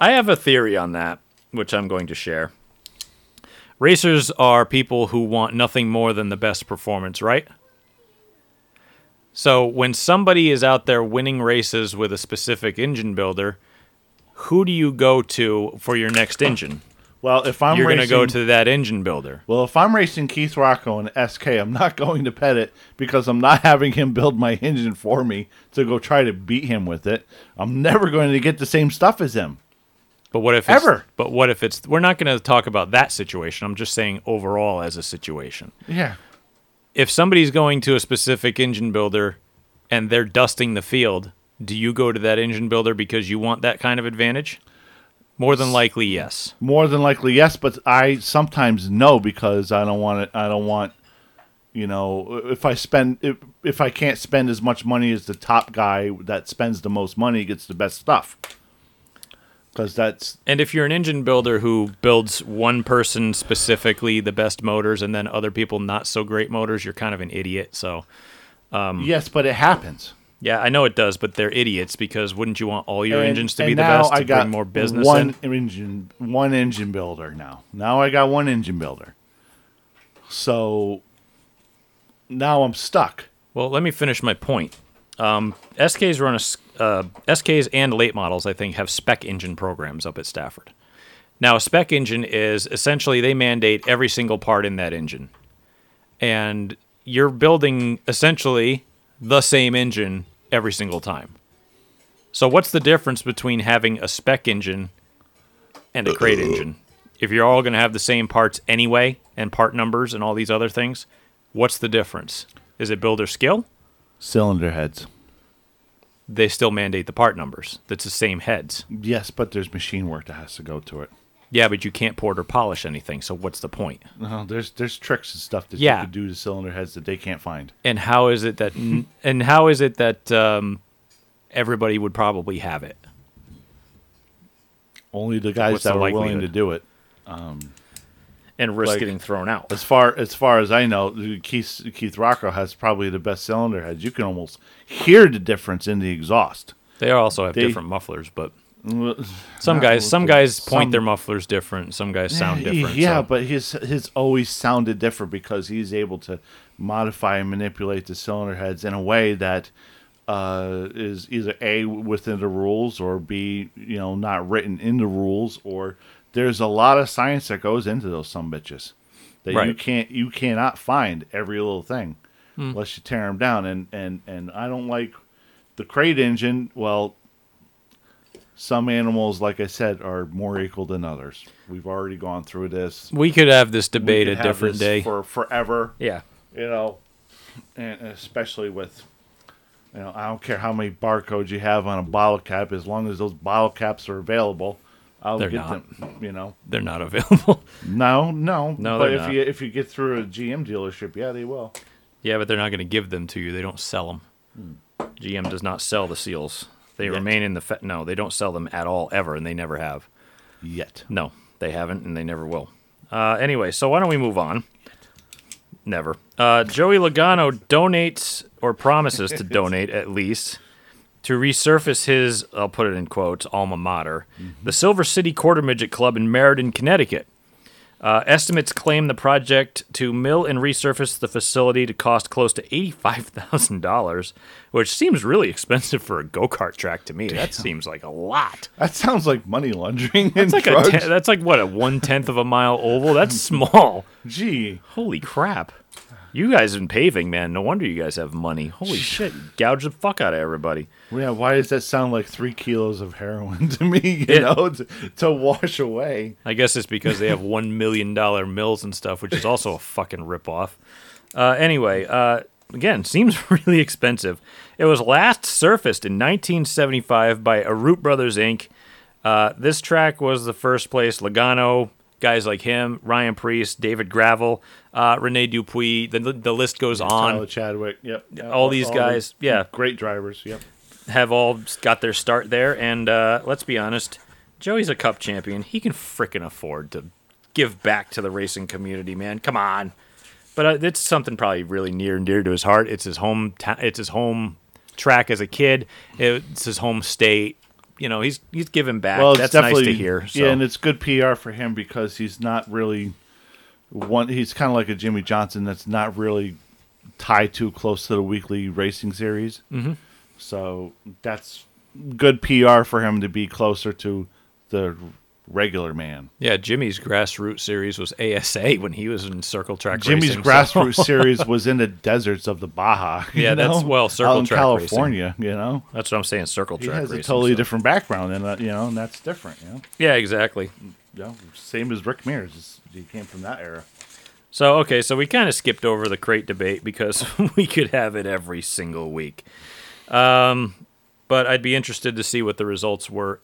I have a theory on that, which I'm going to share. Racers are people who want nothing more than the best performance, right? So when somebody is out there winning races with a specific engine builder, who do you go to for your next engine? Well, if I'm You're going to racing, go to that engine builder. Well, if I'm racing Keith Rocco in SK, I'm not going to pet it because I'm not having him build my engine for me to go try to beat him with it. I'm never going to get the same stuff as him. But what if it's, Ever. But what if it's? We're not going to talk about that situation. I'm just saying overall as a situation. Yeah. if somebody's going to a specific engine builder and they're dusting the field, do you go to that engine builder because you want that kind of advantage? More than likely, yes. More than likely, yes, but I sometimes no because I don't want it. I don't want you know if i spend if, if i can't spend as much money as the top guy that spends the most money gets the best stuff because that's And if you're an engine builder who builds one person specifically the best motors and then other people not so great motors, you're kind of an idiot. So, Mm. yes but it happens yeah, I know it does, but they're idiots because wouldn't you want all your And- engines to and be the now best to I got bring more business one in? engine one engine builder now now i got one engine builder so now i'm stuck Well, let me finish my point. Um, SKs run a s uh, SKs and late models, I think, have spec engine programs up at Stafford. Now, a spec engine is essentially they mandate every single part in that engine, and you're building essentially the same engine every single time. So, what's the difference between having a spec engine and a crate engine? If you're all going to have the same parts anyway, and part numbers and all these other things, what's the difference? Is it builder skill? cylinder heads They still mandate the part numbers. That's the same heads. yes but there's machine work that has to go to it Yeah, but you can't port or polish anything. So what's the point? no, Oh, there's there's tricks and stuff that Yeah. you can do to cylinder heads that they can't find And how is it that? and how is it that um, everybody would probably have it? only the guys What's that the were willing likelihood? to do it And risk Like- getting thrown out. As far as far as I know, Keith Keith Rocco has probably the best cylinder heads. You can almost hear the difference in the exhaust. They also have They- different mufflers, but some Some guys, some Eh, guys point their some- mufflers different. Some guys sound different. Eh, Yeah, so- but his his always sounded different because he's able to modify and manipulate the cylinder heads in a way that uh, is either a within the rules or b you know not written in the rules or there's a lot of science that goes into those some bitches that you Right. Hmm. can't you cannot find every little thing unless you tear them down and and and I don't like the crate engine well some animals like I said are more equal than others we've already gone through this we could have this We debate could a have different this day. for forever yeah, you know, and especially with, you know, I don't care how many barcodes you have on a bottle cap, as long as those bottle caps are available, I'll They're get not. them. You know, they're not available. no, no, No, But they're if not. you if you get through a GM dealership, yeah, they will. Yeah, but they're not going to give them to you. They don't sell them. GM does not sell the seals. They remain in the fe- no. They don't sell them at all ever, and they never have. Yet, No, they haven't, and they never will. Uh, anyway, so why don't we move on? Never. Uh, Joey Logano donates or promises to donate at least to resurface his, I'll put it in quotes, alma mater, the Silver City Quarter Midget Club in Meriden, Connecticut. Uh, estimates claim the project to mill and resurface the facility to cost close to $85,000, which seems really expensive for a go kart track to me. That seems like a lot. that sounds like money laundering and That's like drugs. a te- that's like what a one tenth of a mile oval. That's small. Gee, Holy crap! You guys in paving, man. No wonder you guys have money. Holy shit! you Gouge the fuck out of everybody. yeah. Why does that sound like three kilos of heroin to me? You It- know, to, to wash away. I guess it's because they have one million dollar mills and stuff, which is also a fucking ripoff. Uh, anyway, uh, again, seems really expensive. It was last surfaced in 1975 by Arut Brothers Inc. Uh, this track was the first place Logano, guys like him, Ryan Priest, David Gravel, uh, Rene Dupuis. The, the list goes Tyler on. Chadwick. Yep. Yeah, All these guys, yeah, Great drivers. Yep. have all got their start there. And uh, let's be honest, Joey's a cup champion. He can frickin' afford to give back to the racing community, man. Come on. But uh, it's something probably really near and dear to his heart. It's his home. ta- it's his home track as a kid. It's his home state. You know, he's he's giving back. Well, it's That's nice definitely to hear. So. Yeah, and it's good PR for him because he's not really one. He's kind of like a Jimmy Johnson that's not really tied too close to the weekly racing series. Mm-hmm. So that's good PR for him to be closer to the regular man. yeah, Jimmy's grassroots series was ASA when he was in circle track. Jimmy's racing, so- grassroots series was in the deserts of the Baja. you Yeah, that's- know, well, circle out in track racing. California. You know, That's what I'm saying. Circle he track has racing, a totally so- different background, and uh, you know, and that's different. You know, Yeah, exactly. yeah, same as Rick Mears. it's- He came from that era. So okay, so we kind of skipped over the crate debate because we could have it every single week. Um, but I'd be interested to see what the results were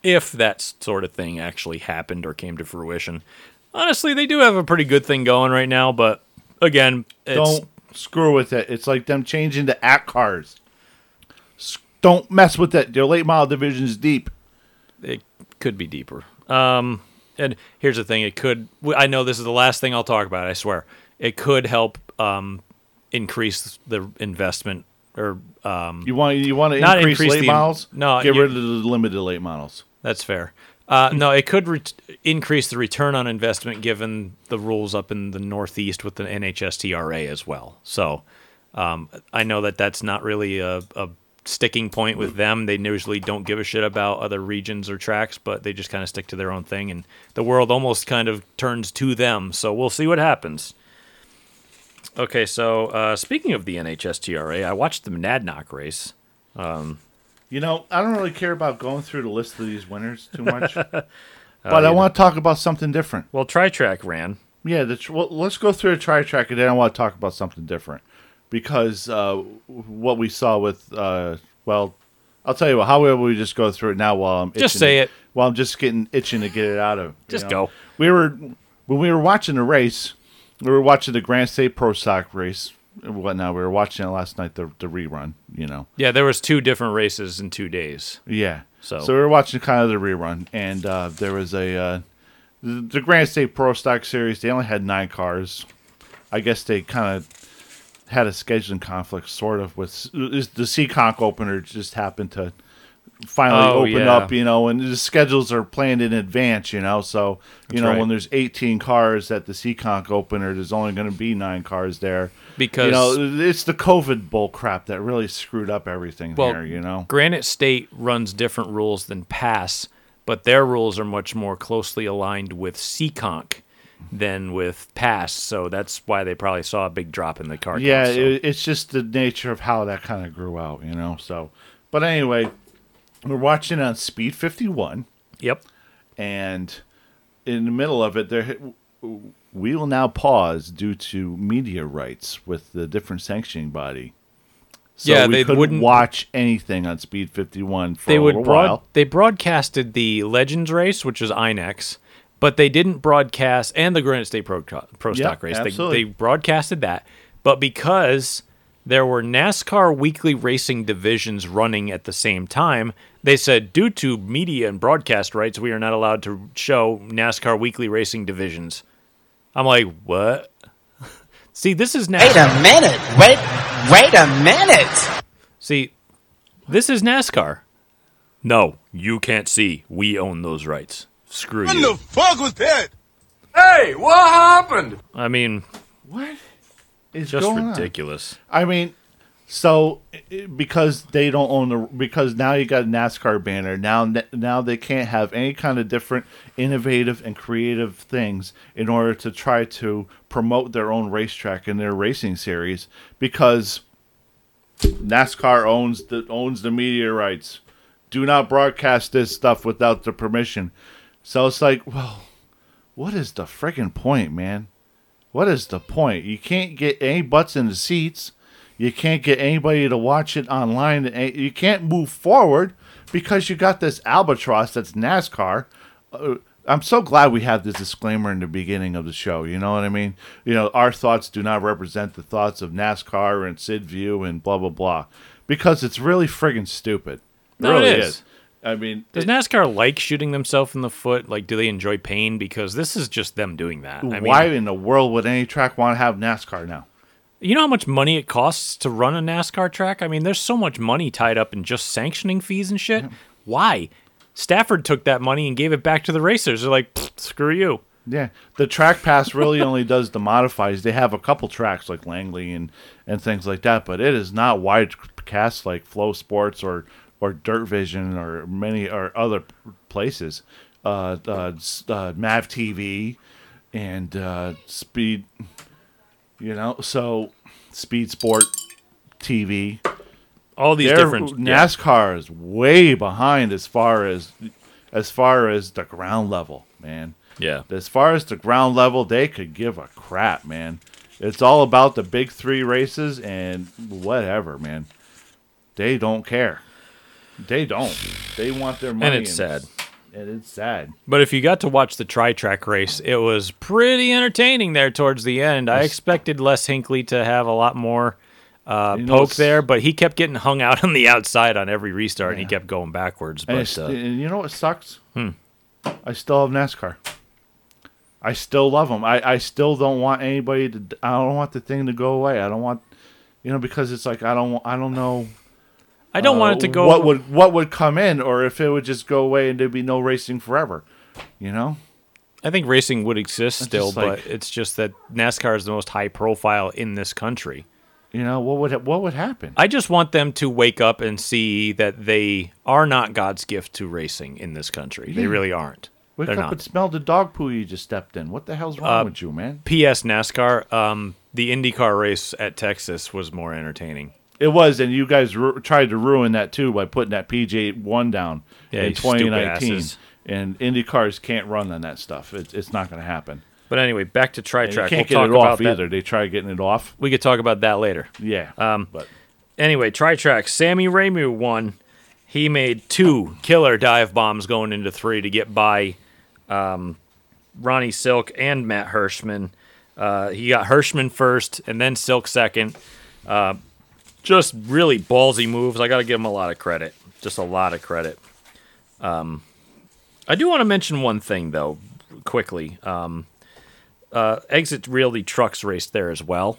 if that sort of thing actually happened or came to fruition. Honestly, they do have a pretty good thing going right now, but again, it's, Don't screw with it. It's like them changing to at cars. S- Don't mess with it. Their late model division's deep. it could be deeper. Um, and here's the thing: it could. w- I know this is the last thing I'll talk about. I swear, it could help um, increase the investment or um, You want you want to Not increase, increase late the- models? no, get you- rid of the limited late models. That's fair. Uh, no, it could ret increase the return on investment given the rules up in the Northeast with the NHSTRA as well. So um, I know that that's not really a, a sticking point with them. They usually don't give a shit about other regions or tracks, but they just kind of stick to their own thing, and the world almost kind of turns to them. So we'll see what happens. Okay, so uh, speaking of the NHSTRA, I watched the Monadnock race. You know, I don't really care about going through the list of these winners too much, but Uh, I want to talk about something different. Well, TriTrack ran. Yeah, the tr- well, let's go through a try track, and then I want to talk about something different because uh, w- what we saw with uh, well, I'll tell you what. How about we just go through it now while I'm itching Just say to- it. While I'm just getting itching to get it out of. you Just know? go. We were when we were watching the race. We were watching the Grand State Pro Sock race and whatnot. We were watching it last night, the the rerun. You know. Yeah, there was two different races in two days. Yeah. So- we were watching kind of the rerun, and uh, there was a uh, the, the Grand State Pro Stock Series. They only had nine cars. I guess they kind of had a scheduling conflict, sort of. With is the Seaconk opener just happened to finally Oh, open yeah. up, you know, and the schedules are planned in advance, you know. So you That's know right. when there's 18 cars at the Seaconk opener, there's only going to be nine cars there. Because- you know it's the COVID bull crap that really screwed up everything Well, there. You know, Granite State runs different rules than Pass, but their rules are much more closely aligned with Seaconk than with Pass, so that's why they probably saw a big drop in the car. count, Yeah, so. it, it's just the nature of how that kind of grew out, you know. So, but anyway, we're watching on Speed 51, yep. and in the middle of it, there we will now pause due to media rights with the different sanctioning body. So Yeah, we they couldn't wouldn't- watch anything on Speed 51 for They a would little broad- while. they broadcasted the Legends race, which is Inex, but they didn't broadcast and the Granite State Pro, Pro Yeah, Stock race. They, absolutely. they broadcasted that, but because there were NASCAR weekly racing divisions running at the same time, they said due to media and broadcast rights, we are not allowed to show NASCAR weekly racing divisions. I'm like, what? See, this is Wait NASCAR. a minute. Wait. Wait a minute. See, this is NASCAR. No, you can't see. We own those rights. Screw you. fuck was that? Hey, what happened? I mean, What is just going on? ridiculous. I mean, so i- i- because they don't own the because now you got a NASCAR banner now n- now they can't have any kind of different innovative and creative things in order to try to promote their own racetrack and their racing series because NASCAR owns the owns the media rights. Do not broadcast this stuff without the permission. So it's like, well, what is the friggin' point, man? What is the point? You can't get any butts in the seats. You can't get anybody to watch it online. and You can't move forward because you got this albatross that's NASCAR. Uh, I'm so glad we have this disclaimer in the beginning of the show. You know what I mean? You know, our thoughts do not represent the thoughts of NASCAR and Sid View and blah blah blah, because it's really friggin' stupid. It No, it really is. is. I mean, Does NASCAR like shooting themselves in the foot? Like, do they enjoy pain? Because this is just them doing that. I mean, why in the world would any track want to have NASCAR now? you know how much money it costs to run a NASCAR track? I mean, there's so much money tied up in just sanctioning fees and shit. Why? Stafford took that money and gave it back to the racers. They're like, "Pfft, screw you. Yeah, the track pass really only does the modifies. They have a couple tracks like Langley and and things like that, but it is not wide cast like Flow Sports or or Dirt Vision or many or other places. Uh, uh, s- uh Mav TV and uh, Speed, you know, so Speed Sport TV. All these Their different NASCAR is way behind as far as as far as the ground level, man. Yeah. As far as the ground level, they could give a crap, man. It's all about the big three races and whatever, man. They don't care. They don't. They want their money. And it's sad. and it's sad. But if you got to watch the tri track race, it was pretty entertaining there towards the end. I expected Les Hinkley to have a lot more uh, You know, poke it's- there, but he kept getting hung out on the outside on every restart, and he kept going backwards. And, But it's- uh, and you know what sucks? Hmm. I still have NASCAR. I still love them. I, I still don't want anybody to. I don't want the thing to go away. I don't want, you know, because it's like I don't. I don't know. I don't want it to go- uh, What would what would come in, or if it would just go away and there'd be no racing forever, you know? I think racing would exist It's still, just like- but it's just that NASCAR is the most high profile in this country. You know what would what would happen? I just want them to wake up and see that they are not God's gift to racing in this country. They Yeah. really aren't. Wake They're up not. and smell the dog poo you just stepped in. What the hell's wrong Uh, with you, man? P.S. NASCAR, um, the IndyCar race at Texas was more entertaining. It was, and you guys ru- tried to ruin that too by putting that PJ one down Yeah, in you stupid 2019. asses. And Indy cars can't run on that stuff. It, it's not going to happen. But anyway, back to tri And you track. can't we'll get talk it off about that. either. They try getting it off. We could talk about that later. Yeah, Um, but anyway, tri track. Sammy Ramu won. He made two killer dive bombs going into three to get by um, Ronnie Silk and Matt Hirschman. Uh, he got Hirschman first and then Silk second. Uh, just really ballsy moves. I got to give him a lot of credit. Just a lot of credit. Um, I do want to mention one thing though, quickly. Um, uh, exit really trucks raced there as well,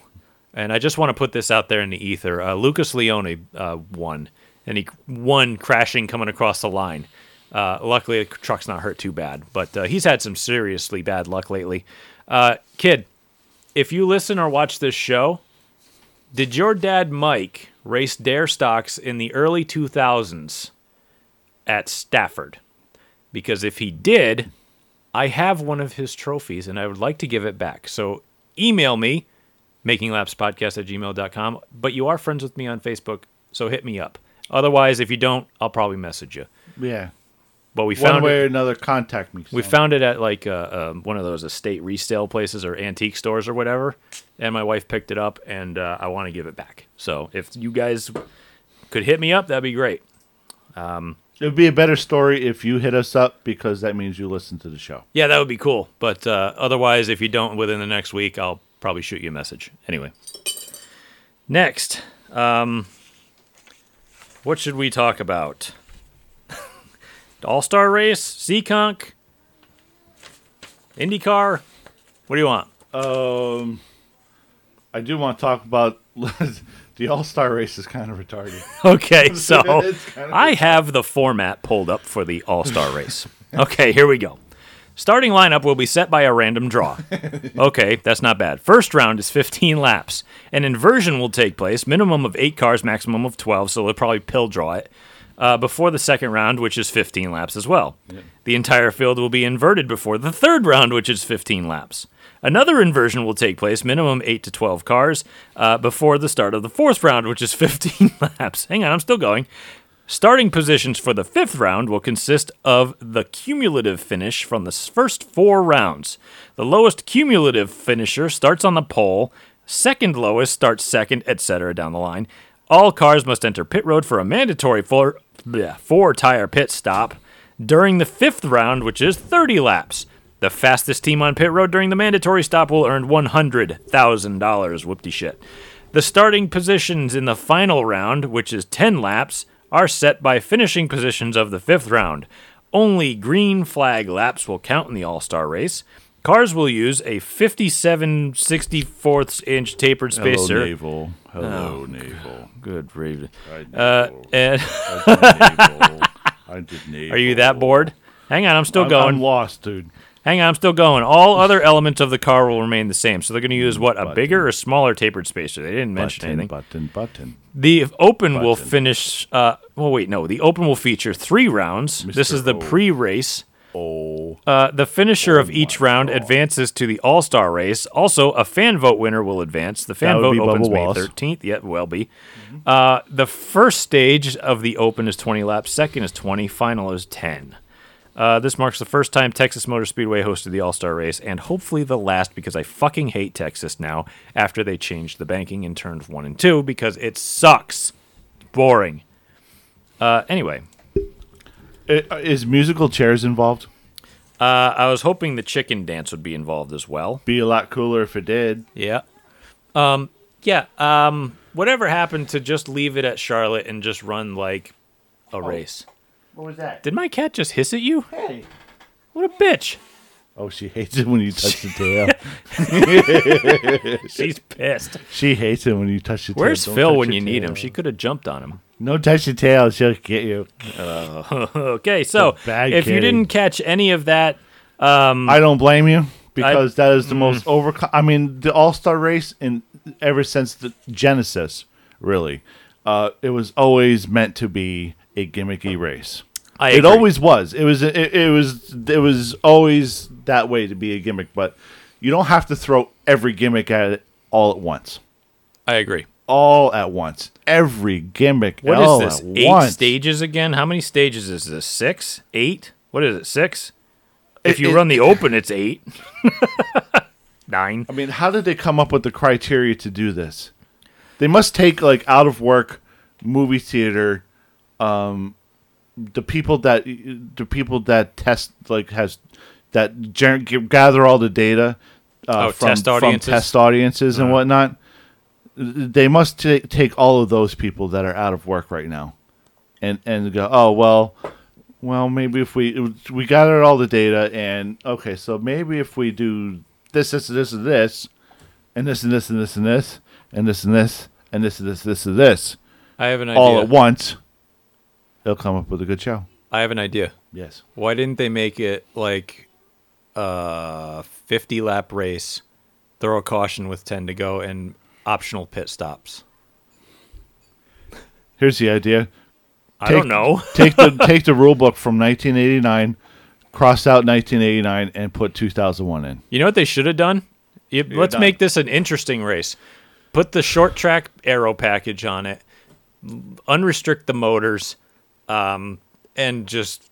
and I just want to put this out there in the ether. Uh, Lucas Leone uh, won, and he won crashing coming across the line. Uh, luckily, the truck's not hurt too bad, but uh, he's had some seriously bad luck lately. Uh, kid, if you listen or watch this show, did your dad Mike race dare stocks in the early 2000s at Stafford? Because if he did, I have one of his trophies and I would like to give it back. So email me, makinglapspodcast at gmail.com. But you are friends with me on Facebook, so hit me up. Otherwise, if you don't, I'll probably message you. yeah. But we One found way it, or another, contact me. we found it at like uh, um, one of those estate resale places or antique stores or whatever. And my wife picked it up and uh, I want to give it back. So if you guys could hit me up, that'd be great. Um, It would be a better story if you hit us up because that means you listen to the show. Yeah, that would be cool. But uh, otherwise, if you don't within the next week, I'll probably shoot you a message. Anyway, next, um, what should we talk about? All Star Race, Seekonk, IndyCar. What do you want? Um, I do want to talk about the All Star race is kind of retarded. Okay, so It's kinda- I have the format pulled up for the All Star race. Okay, here we go. Starting lineup will be set by a random draw. Okay, that's not bad. First round is 15 laps. An inversion will take place, minimum of eight cars, maximum of 12, so they'll probably pill draw it uh, before the second round, which is 15 laps as well. The entire field will be inverted before the third round, which is 15 laps. Another inversion will take place, minimum 8 to 12 cars, uh, before the start of the fourth round, which is 15 laps. Hang on, I'm still going. Starting positions for the fifth round will consist of the cumulative finish from the s- first four rounds. The lowest cumulative finisher starts on the pole, second lowest starts second, etc. down the line. All cars must enter pit road for a mandatory four, bleh, four tire pit stop during the fifth round, which is 30 laps. The fastest team on pit road during the mandatory stop will earn $100,000. Whoopty shit. The starting positions in the final round, which is 10 laps, are set by finishing positions of the fifth round. Only green flag laps will count in the All Star race. Cars will use a 57 64th inch tapered Hello, spacer. navel. Hello, Oh, navel. Good read. I Uh, and I did Are you that bored? Hang on, I'm still I'm- going. I'm lost, dude. Hang on, I'm still going. All other elements of the car will remain the same. So they're going to use what a bigger or smaller tapered spacer. They didn't mention button, anything. button, button. The open will finish. Uh, well, wait, no. The open will feature three rounds. This is the pre-race. Oh. Uh, the finisher of each round advances to the all-star race. Also, a fan vote winner will advance. The fan That would vote be opens Bubba May Wallace. 13th. Yeah, will be. Uh, the first stage of the open is 20 laps. Second is 20. Final is 10. Uh, this marks the first time Texas Motor Speedway hosted the All Star Race, and hopefully the last because I fucking hate Texas now after they changed the banking in turns one and two because it sucks. Boring. Uh, anyway, I- Is musical chairs involved? Uh, I was hoping the chicken dance would be involved as well. Be a lot cooler if it did. Yeah. Um, yeah. Um, whatever happened to just leave it at Charlotte and just run like a race? What was that? Did my cat just hiss at you? Hey. What a bitch. Oh, she hates it when you touch the tail. She's pissed. She hates it when you touch the Where's tail. Don't Phil touch when your you need tail. him? She could have jumped on him. No touch the tail, she'll get you. okay, so bad if you kitty. didn't catch any of that, um, I don't blame you because that is the Mm. most over. I mean, the All Star race in ever since the Genesis, really, uh, it was always meant to be a gimmicky race. I it agree. always was. It was. It, it was. It was always that way to be a gimmick, but you don't have to throw every gimmick at it all at once. I agree. All at once. Every gimmick. What is all this? At Eight once. stages again? How many stages is this? Six? Eight? What is it? Six? If It- you it- run the open, it's eight. Nine. I mean, how did they come up with the criteria to do this? They must take like out of work movie theater um the people that the people that test like has that ger- gather all the data uh, Oh, from test from audiences? Uh-huh. test audiences and whatnot. They must ta take all of those people that are out of work right now, and and go. Oh well, well maybe if we we gathered all the data and okay, so maybe if we do this, this, this, and this, and this, and this, and this, and this, and this, and this, and this, and this, this, and this, I have an all idea. at once, they'll come up with a good show. I have an idea. Yes. Why didn't they make it like a 50 lap race, throw a caution with 10 to go, and optional pit stops? Here's the idea. I don't know. take the take the rule book from 1989, cross out 1989, and put 2001 in. You know what they should have done? You, let's done. make this an interesting race. Put the short track arrow package on it, unrestrict the motors, um, and just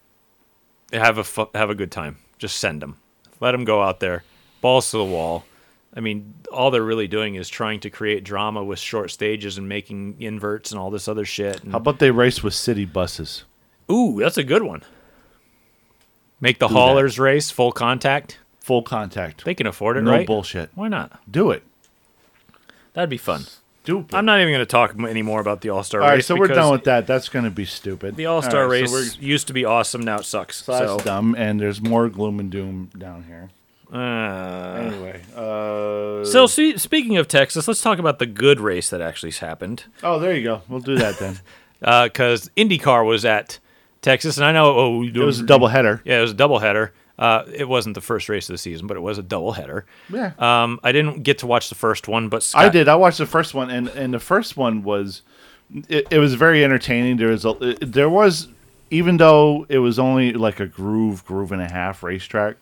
have a fu- have a good time. Just send them, let them go out there, balls to the wall. I mean, all they're really doing is trying to create drama with short stages and making inverts and all this other shit. And, How about they race with city buses? ooh, that's a good one. Make the Do that. haulers race full contact. Full contact. They can afford it, No right? bullshit. Why not? Do it. That'd be fun. Stupid. I'm not even going to talk m- anymore about the All Star All race. right, so we're because done with that. That's going to be stupid. the All Star All right, race. so used to be awesome. Now it sucks. we're- so So, that's dumb, and there's more gloom and doom down here. uh, Anyway, uh, so see, speaking of Texas, let's talk about the good race that actually's happened oh, there you go. We'll do that then. because IndyCar was at Texas, and I know oh, it was a double header. Yeah, it was a doubleheader. Uh, it wasn't the first race of the season, but it was a doubleheader. Yeah. Um, I didn't get to watch the first one, but Scott, I did. I watched the first one, and and the first one was, it, it was very entertaining. There was a, it- there was, even though it was only like a groove, groove and a half racetrack,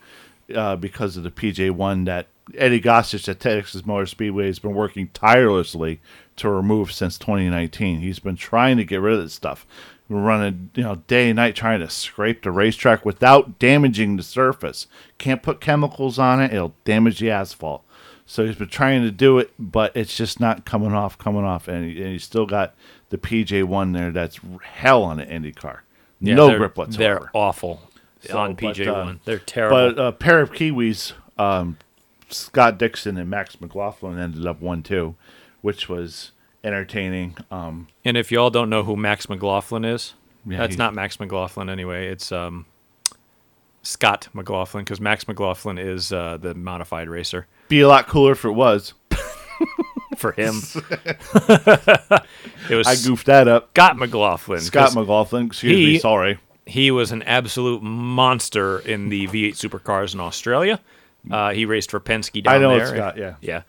uh, because of the PJ one that Eddie Gossage at Texas Motor Speedway has been working tirelessly to remove since 2019. He's been trying to get rid of this stuff, running you know day and night trying to scrape the racetrack without damaging the surface. Can't put chemicals on it; it'll damage the asphalt. So he's been trying to do it, but it's just not coming off, coming off, and, he, and he's still got the PJ one there. That's hell on an Indy car, Yeah, no they're- grip whatsoever. They're awful So, on but, PJ one. uh, they're terrible. But a pair of Kiwis, um, Scott Dixon and Max McLaughlin, ended up one two, which was entertaining. Um, And if y'all don't know who Max McLaughlin is, Yeah, that's he- not Max McLaughlin anyway. It's um, Scott McLaughlin because Max McLaughlin is uh, the modified racer be a lot cooler if it was. for him. it was I goofed that up. Scott McLaughlin. 'cause Scott McLaughlin, excuse he- me, sorry. He was an absolute monster in the V8 supercars in Australia. Uh, he raced for Penske down I know there. it's Scott, yeah. Yeah.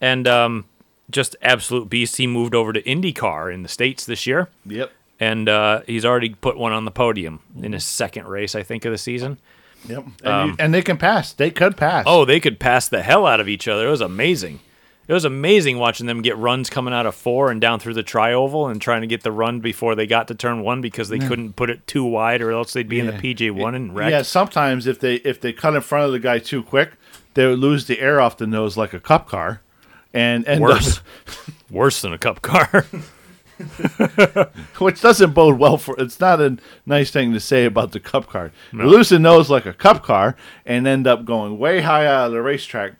And um, just absolute beast. He moved over to IndyCar in the States this year. Yep. and uh, he's already put one on the podium in his second race, I think, of the season. Yep. And, you, and they can pass. They could pass. Um, Oh, they could pass the hell out of each other. It was amazing. It was amazing watching them get runs coming out of four and down through the trioval and trying to get the run before they got to turn one because they couldn't put it too wide or else they'd be in Yeah. the PJ one and wreck. Yeah, sometimes if they if they cut in front of the guy too quick, they would lose the air off the nose like a cup car, and end up- Worse, worse than a cup car. Which doesn't bode well for. It's not a nice thing to say about the cup car. You lose the nose like a cup car and end up going way high out of the racetrack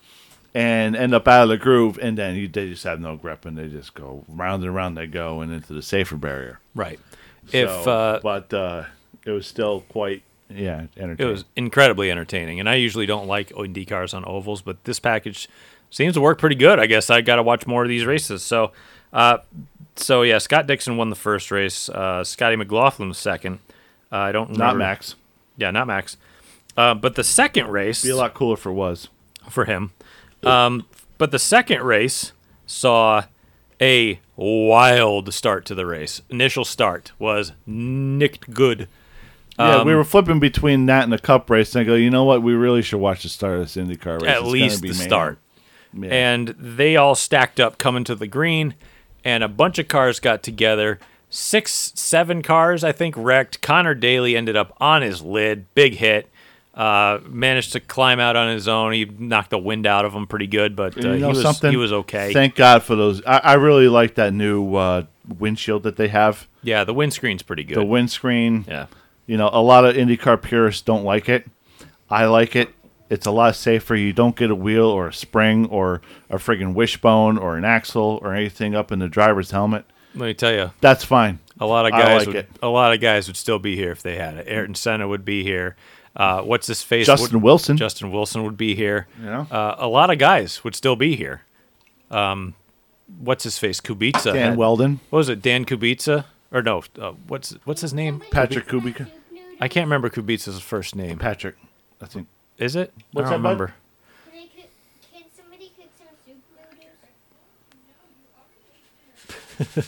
and end up out of the groove, and then you, they just have no grip and they just go round and round they go and into the safer barrier. Right. So, If, uh, but uh, it was still quite yeah entertaining. It was incredibly entertaining, and I usually don't like Indy cars on ovals, but this package seems to work pretty good. I guess I got to watch more of these races. So, uh, so yeah, Scott Dixon won the first race. Uh, Scotty McLaughlin was second. Uh, I don't Not remember- Max. Yeah, not Max. Uh, but the second race be a lot cooler if it was for him. Um, but the second race saw a wild start to the race. Initial start was nicked good. Yeah, Um, we were flipping between that and the cup race, and I go, you know what? We really should watch the start of this IndyCar race. It's at gonna least be the mayhem." start. Yeah. And they all stacked up coming to the green, and a bunch of cars got together. Six, seven cars, I think, wrecked. Connor Daly ended up on his lid, big hit. Uh, managed to climb out on his own. He knocked the wind out of him pretty good, but uh, And you know he was something? he was okay. Thank God for those. I, I really like that new uh, windshield that they have. yeah, the windscreen's pretty good. The windscreen. Yeah. You know, a lot of IndyCar purists don't like it. I like it. It's a lot safer. You don't get a wheel or a spring or a friggin' wishbone or an axle or anything up in the driver's helmet. Let me tell you, That's fine. A lot of I guys like would, it. a lot of guys would still be here if they had it. Ayrton Senna would be here. Uh, what's his face? Justin would- Wilson. Justin Wilson would be here. You know? Uh, a lot of guys would still be here. Um, what's his face? Kubica. Dan Weldon. What was it? Dan Kubica? Or no? Uh, what's what's his name? Patrick Kubica. I can't remember Kubica's first name. Patrick, I think. Is it? What's I don't that, bud? remember.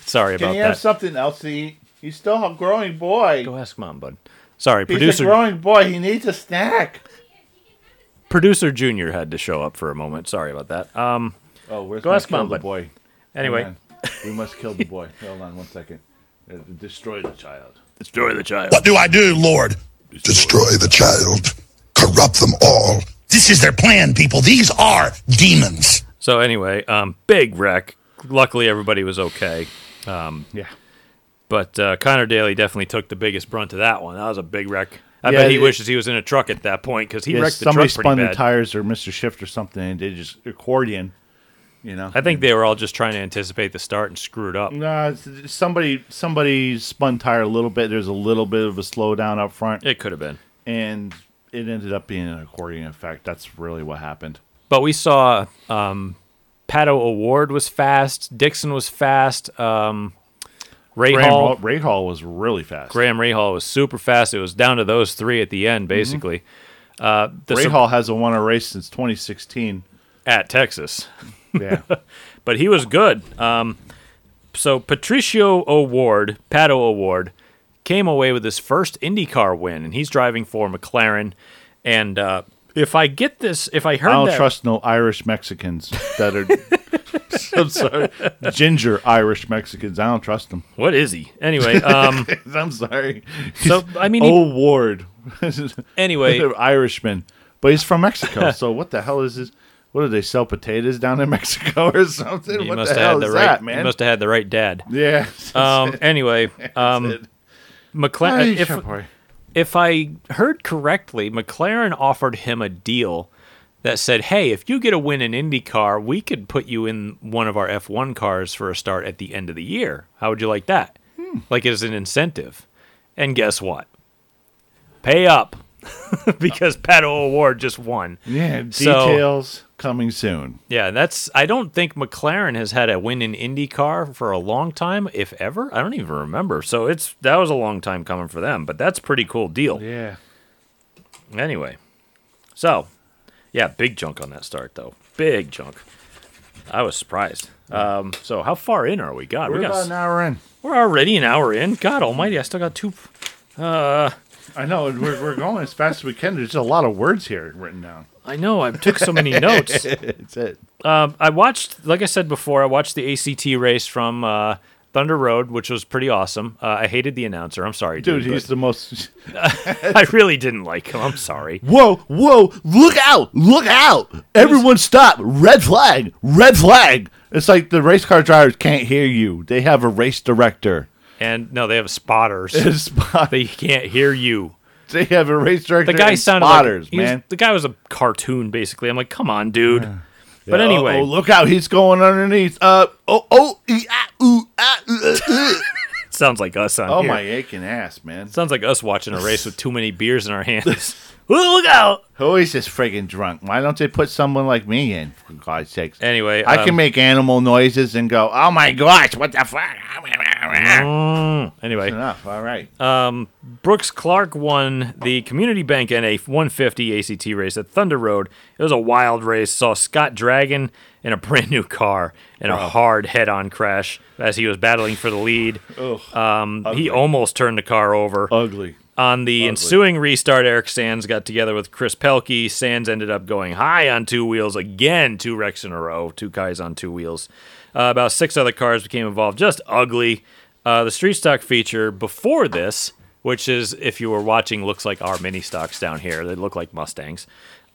Sorry Can about you have that. something else to eat? He's still a growing boy. Go ask mom, bud. Sorry, He's producer a growing boy. He needs a snack. producer Junior had to show up for a moment. Sorry about that. Um, Oh, where's Go my ask kill Mom, the bud. boy? Anyway. Hang on. we must kill the boy. Hold on one second. Uh, Destroy the child. Destroy the child. What do I do, Lord? Destroy the child. Corrupt them all. This is their plan, people. These are demons. So anyway, um, big wreck. Luckily, everybody was okay. Um, yeah. But uh, Connor Daly definitely took the biggest brunt of that one. That was a big wreck. I Yeah, bet he it- wishes he was in a truck at that point because he Yeah, wrecked the somebody truck spun pretty the bad. tires or Mr. Shift or something, and they just accordion. You know. I think they were all just trying to anticipate the start and screwed up. Nah, it's- somebody somebody spun tire a little bit. There's a little bit of a slowdown up front, It could have been. and it ended up being an accordion effect. That's really what happened. But we saw um, Pato Award was fast. Dixon was fast. Um, Ray Graham Hall. Hall- Ray Hall was really fast. Graham Rahal was super fast. It was down to those three at the end, basically. Uh, the Mm-hmm. Ray sur- Hall hasn't won a race since 2016. at Texas. Yeah. but he was good. Um, so Patricio Award, Pato Award, came away with his first IndyCar win, and he's driving for McLaren. And uh, if I get this, if I heard I don't that, trust no Irish Mexicans that are. I'm sorry, ginger Irish Mexicans. I don't trust them. what is he? Anyway, um, I'm sorry. so I mean, he- oh Ward. Anyway. They're Irishman, but he's from Mexico. so what the hell is this? What do they sell potatoes down in Mexico or something? he what must the have had hell the is right that, He man? must have had the right dad. yeah. Um, anyway, um, McLaren. Ay, uh, If, chapoy. if I heard correctly, McLaren offered him a deal that said, "Hey, if you get a win in IndyCar, we could put you in one of our F1 cars for a start at the end of the year. How would you like that? Hmm. Like as an incentive." And guess what? Pay up because Pato Award just won. yeah. So- Details coming soon. yeah, that's. I don't think McLaren has had a win in IndyCar for a long time, if ever. I don't even remember. So it's that was a long time coming for them, but that's a pretty cool deal. Yeah. Anyway, so yeah, big junk on that start though. Big junk. I was surprised. Um, so how far in are we? God, We're we got. about an hour in. We're already an hour in. God Almighty, I still got two. Uh, I know. and We're, we're going as fast as we can. There's just a lot of words here written down. I know I took so many notes. That's it. Um, I watched, like I said before, I watched the ACT race from uh, Thunder Road, which was pretty awesome. Uh, I hated the announcer. I'm sorry, dude. Dude, he's the most. but I really didn't like him. I'm sorry. Whoa, whoa, look out, look out. Everyone stop. Red flag, red flag. It's like the race car drivers can't hear you. They have a race director. And no, they have spotters. They can't hear you. They have a race director. The guy and sounded spotters, like, he was- man. the guy was a cartoon, basically. I'm like, come on, dude. But Yeah, oh, anyway, uh-oh, look out! He's going underneath. Uh oh oh. ee, ah, ooh, ah, uh, uh. sounds like us on Oh here. my aching ass, man. Sounds like us watching a race with too many beers in our hands. Look out! Who is this friggin' drunk? Why don't they put someone like me in? For God's sakes. Anyway, I can um, make animal noises and go, oh my gosh, what the fuck? Mm, anyway, enough. All right. Um, Brooks Clark won the Community Bank NA 150 ACT race at Thunder Road. It was a wild race. Saw Scott Dragon in a brand new car in a Wow. hard head-on crash as he was battling for the lead. Ugh. um, Ugly. he almost turned the car over. Ugly. On the ensuing restart, Eric Sands got together with Chris Pelkey. Sands ended up going high on two wheels again, two wrecks in a row, two guys on two wheels. Uh, about six other cars became involved. Just ugly. Uh, the street stock feature before this, which is if you were watching, looks like our mini stocks down here. They look like Mustangs.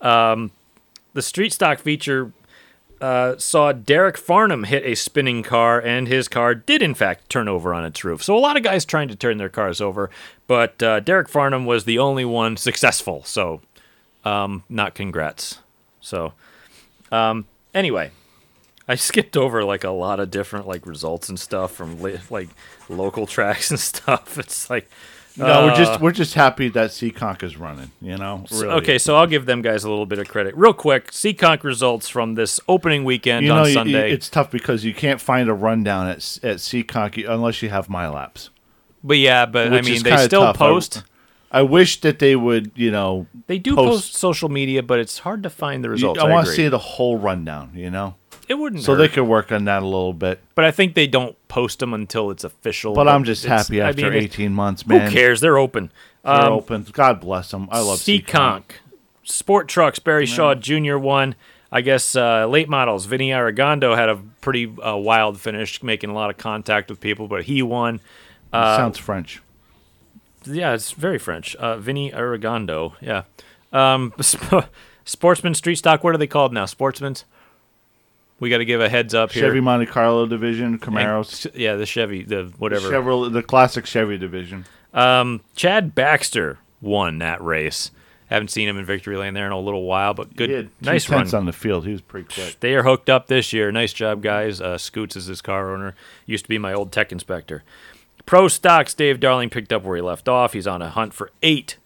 Um, the street stock feature uh, saw Derek Farnham hit a spinning car, and his car did, in fact, turn over on its roof. So, a lot of guys trying to turn their cars over, but uh, Derek Farnham was the only one successful. So, um, not congrats. So, um, anyway, I skipped over like a lot of different like results and stuff from li- like local tracks and stuff. It's like, No, we're uh, just we're just happy that Seaconk is running. You know, so- really. Okay, so I'll give them guys a little bit of credit. Real quick, Seaconk results from this opening weekend You know, on you- you- Sunday. it's tough because you can't find a rundown at S- at Seaconk you- unless you have my laps. but yeah, but I which mean, is they kinda still tough. I- post. I, wish that they would, you know, They do post, social media, but it's hard to find the You- results. I, want to agree. see the whole rundown. You know, It wouldn't So they hurt. could work on that a little bit. but I think they don't post them until it's official. But I'm just it's- happy I after mean, it- 18 months, man. Who cares? They're open. They're Um, open. God bless them. I love Seaconk. Sport trucks. Barry Shaw Jr. won. I guess uh, late models. Vinny Aragondo had a pretty uh, wild finish, making a lot of contact with people, but he won. Uh, sounds French. Yeah, it's very French. Uh, Vinny Aragondo. Yeah. Um, sp- Sportsman Street Stock. What are they called now? Sportsman's. We got to give a heads up here. Chevy Monte Carlo division, Camaros, And- yeah, the Chevy, the whatever. Chevrolet, the classic Chevy division. Um, Chad Baxter won that race. Haven't seen him in victory lane there in a little while, but good, He had two nice run. tenths on the field. He was pretty quick. They are hooked up this year. Nice job, guys. Uh, Scoots is his car owner. Used to be my old tech inspector. Pro stocks. Dave Darling picked up where he left off. He's on a hunt for eight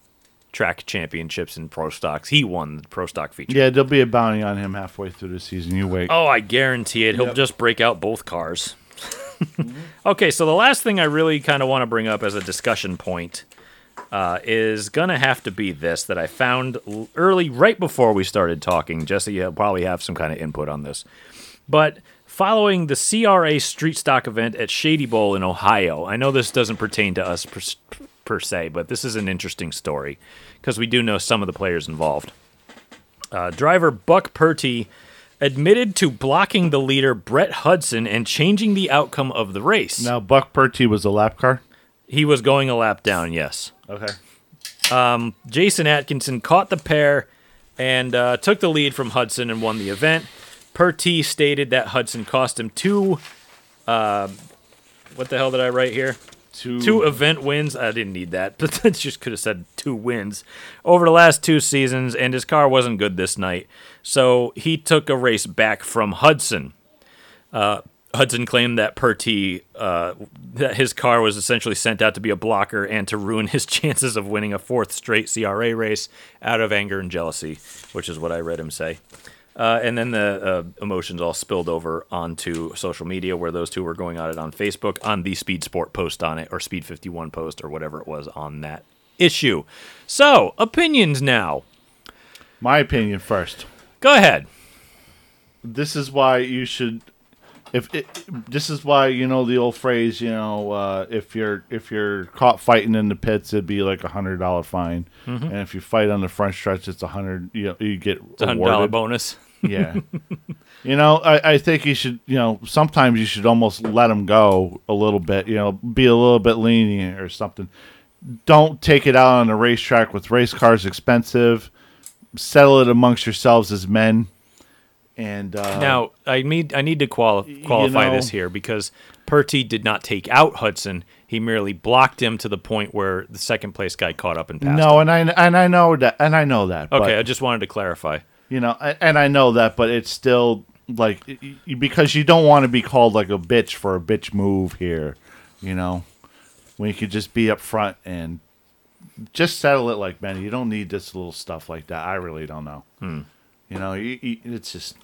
track championships in pro stocks. He won the pro stock feature. Yeah, there'll be a bounty on him halfway through the season. You wait. Oh, I guarantee it. He'll Yep. just break out both cars. okay, so the last thing I really kind of want to bring up as a discussion point uh, is going to have to be this that I found l- early, right before we started talking. Jesse, you'll probably have some kind of input on this. But following the CRA Street Stock event at Shady Bowl in Ohio, I know this doesn't pertain to us per, per se, but this is an interesting story because we do know some of the players involved. Uh, driver Buck Purty admitted to blocking the leader Brett Hudson and changing the outcome of the race. Now Buck Purty was a lap car. He was going a lap down, yes. Okay. Um, Jason Atkinson caught the pair and uh, took the lead from Hudson and won the event. Purty stated that Hudson cost him two. Uh, what the hell did I write here? Two. two event wins. I didn't need that, but it just could have said two wins over the last two seasons, and his car wasn't good this night. So he took a race back from Hudson. Uh, Hudson claimed that Pertee, uh, that his car was essentially sent out to be a blocker and to ruin his chances of winning a fourth straight CRA race out of anger and jealousy, which is what I read him say. Uh, and then the uh, emotions all spilled over onto social media, where those two were going at it on Facebook on the Speed Sport post on it, or Speed 51 post, or whatever it was on that issue. So, opinions now. My opinion first. Go ahead. This is why you should. If it, this is why you know the old phrase, you know, uh, if you're if you're caught fighting in the pits, it'd be like a hundred dollar fine, Mhm. and if you fight on the front stretch, it's a hundred. You know, you get It's a $100 awarded. bonus. Yeah. You know, I, I think you should, you know, sometimes you should almost let them go a little bit, you know, be a little bit lenient or something. Don't take it out on the racetrack with race cars expensive. Settle it amongst yourselves as men And uh, now I need I need to quali- qualify know- this here because Purty did not take out Hudson. He merely blocked him to the point where the second place guy caught up and passed. him. no, and I and I know that, and I know that. but- Okay, I just wanted to clarify. you know a- and i know that but it's still like y- y- because you don't want to be called like a bitch for a bitch move here you know when you could just be up front and just settle it like man you don't need this little stuff like that i really don't know Hmm. you know you, you- it's just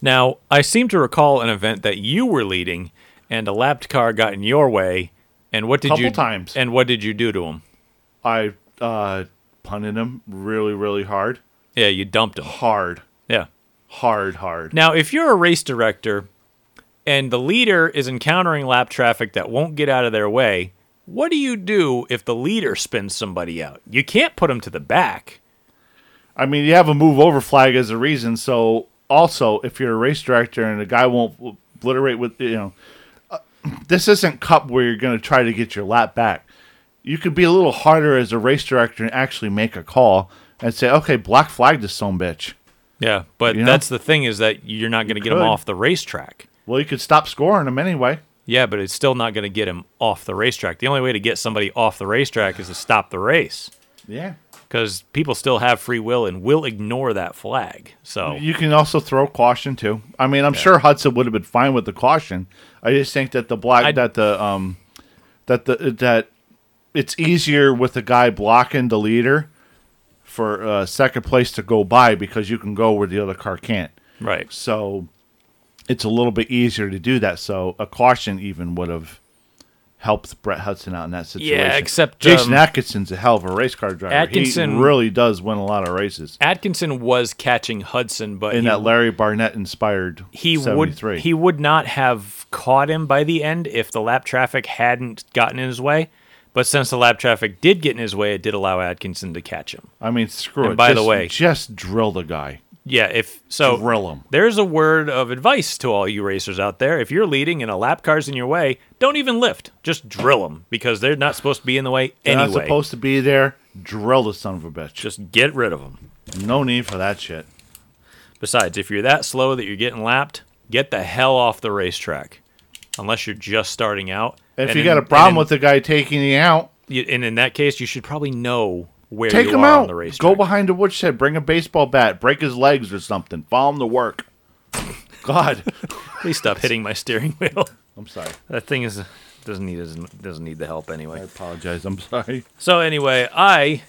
Now, I seem to recall an event that you were leading, and a lapped car got in your way. And what did you? Couple times. And what did you do to him? i uh punted him really really hard yeah you dumped him hard yeah hard hard Now, if you're a race director, and the leader is encountering lap traffic that won't get out of their way, what do you do if the leader spins somebody out? You can't put them to the back. I mean, you have a move over flag as a reason. So also, if you're a race director and a guy won't obliterate with you know, uh, this isn't cup where you're going to try to get your lap back. You could be a little harder as a race director and actually make a call and say, okay, black flag this some bitch. Yeah, but You know? that's the thing is that you're not going to get them could. off the racetrack. Well, you could stop scoring them anyway. Yeah, but it's still not going to get him off the racetrack. The only way to get somebody off the racetrack is to stop the race. Yeah. Because people still have free will and will ignore that flag. So You can also throw caution too. I mean, I'm sure Hudson would have been fine with the caution. I just think that the black that the um that the that it's easier with the guy blocking the leader for uh, second place to go by because you can go where the other car can't. Right. So it's a little bit easier to do that. So a caution even would have helped Brett Hudson out in that situation. except, Jason um, Atkinson's a hell of a race car driver. Atkinson- he really does win a lot of races. Atkinson was catching Hudson, but in he that Larry Barnett inspired he would 73. he would not have caught him by the end if the lap traffic hadn't gotten in his way. But since the lap traffic did get in his way, it did allow Atkinson to catch him. I mean, screw And it. by the Just- way- just drill the guy. Yeah, if so, Drill 'em. There's a word of advice to all you racers out there: if you're leading and a lap car's in your way, don't even lift. Just drill them because they're not supposed to be in the way They're anyway. not supposed to be there. Drill the son of a bitch. Just get rid of them. No need for that shit. Besides, if you're that slow that you're getting lapped, get the hell off the racetrack. Unless you're just starting out. If And you in- got a and problem in- with the guy taking you out, You, and in that case, you should probably know where take you him are out. on the race. Go behind a woodshed. Bring a baseball bat. Break his legs or something. Follow him to work. God, please stop hitting my steering wheel. I'm sorry. That thing is doesn't need doesn't, doesn't need the help anyway. I apologize. I'm sorry. So anyway, I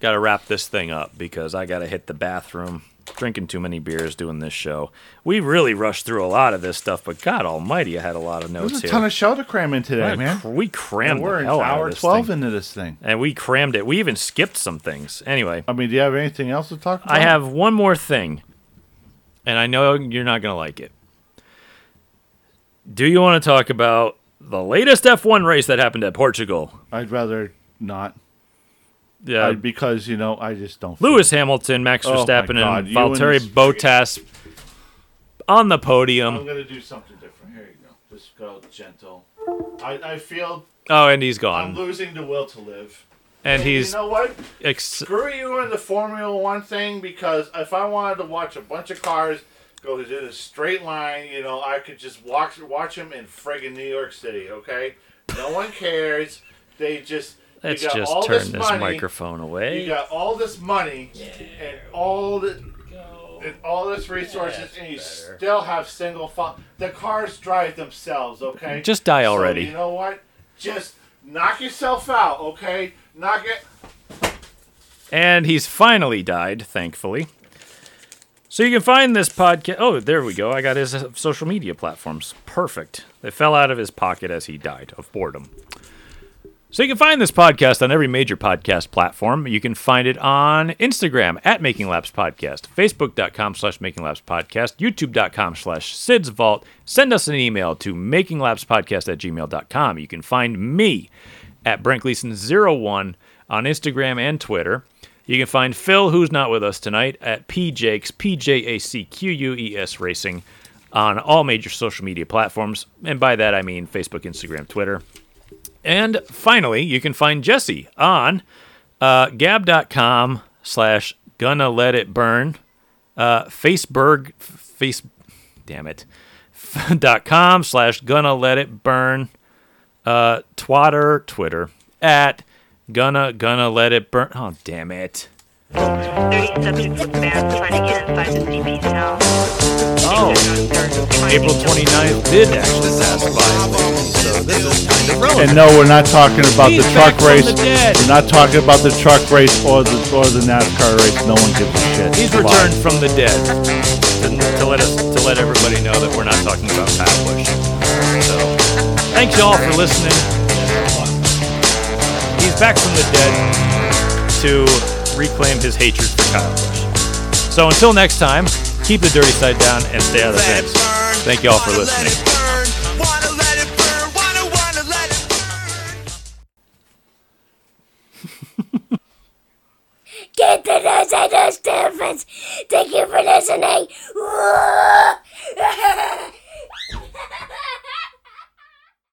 got to wrap this thing up because I got to hit the bathroom. Drinking too many beers doing this show. We really rushed through a lot of this stuff, but God Almighty, I had a lot of notes There's a here. ton of show to cram in today, Yeah, man. cr- We crammed And we're the in hell out hour of this 12 thing. into this thing. and we crammed it. We even skipped some things. Anyway, I mean, do you have anything else to talk about? I have one more thing, and I know you're not going to like it. Do you want to talk about the latest F1 race that happened at Portugal? I'd rather not. Yeah. I- because you know I just don't. Um, Lewis Hamilton, Max Oh my Verstappen, God, and you and Valtteri this- Bottas on the I'm podium. gonna do something different. Here you go. Just go gentle. I, I feel Oh, and he's I'm gone. losing the will to live. And he's you know what? ex- Screw you in the Formula One thing because if I wanted to watch a bunch of cars go in a straight line, you know, I could just watch watch them in friggin' New York City. Okay, no one cares. They just you let's got just all turn this, this, money, microphone You away. got all this money and all the and all this resources, and you still have single file. The cars drive themselves, okay? Just die So already. you know what? Just knock yourself out, okay? Knock it. And he's finally died, thankfully. So you can find this podcast. Oh, there we go. I got his uh, social media platforms. Perfect. They fell out of his pocket as he died of boredom. So you can find this podcast on every major podcast platform. You can find it on Instagram at Making Laps Podcast, Facebook.com slash Making Laps Podcast, YouTube.com slash Sid's Vault. Send us an email to makinglapspodcast at gmail.com. You can find me at Brent Gleason01 on Instagram and Twitter. You can find Phil, who's not with us tonight, at PJakes, P-J-A-C-Q-U-E-S E Racing on all major social media platforms. And by that, I mean Facebook, Instagram, Twitter. And finally, you can find Jesse on uh, gab.com slash gonna let it burn. Uh, Faceberg, face, damn it, dot com slash gonna let it burn. Uh, twatter, Twitter at gonna gonna let it burn. Oh damn it. Oh, April 29th did actually pass by. So this is kind of relevant. And no, we're not talking about He's the truck back from race. the dead. We're not talking about the truck race or the or the NASCAR race. No one gives a shit. He's Why? returned from the dead to, to let us to let everybody know that we're not talking about Pat Bush. So, thanks y'all for listening. He's back from the dead to reclaim his hatred for Kyle Bush. So until next time, keep the dirty side down and stay out of the fence. Thank y'all for listening. Get the Los Angeles Dolphins. Thank you for listening.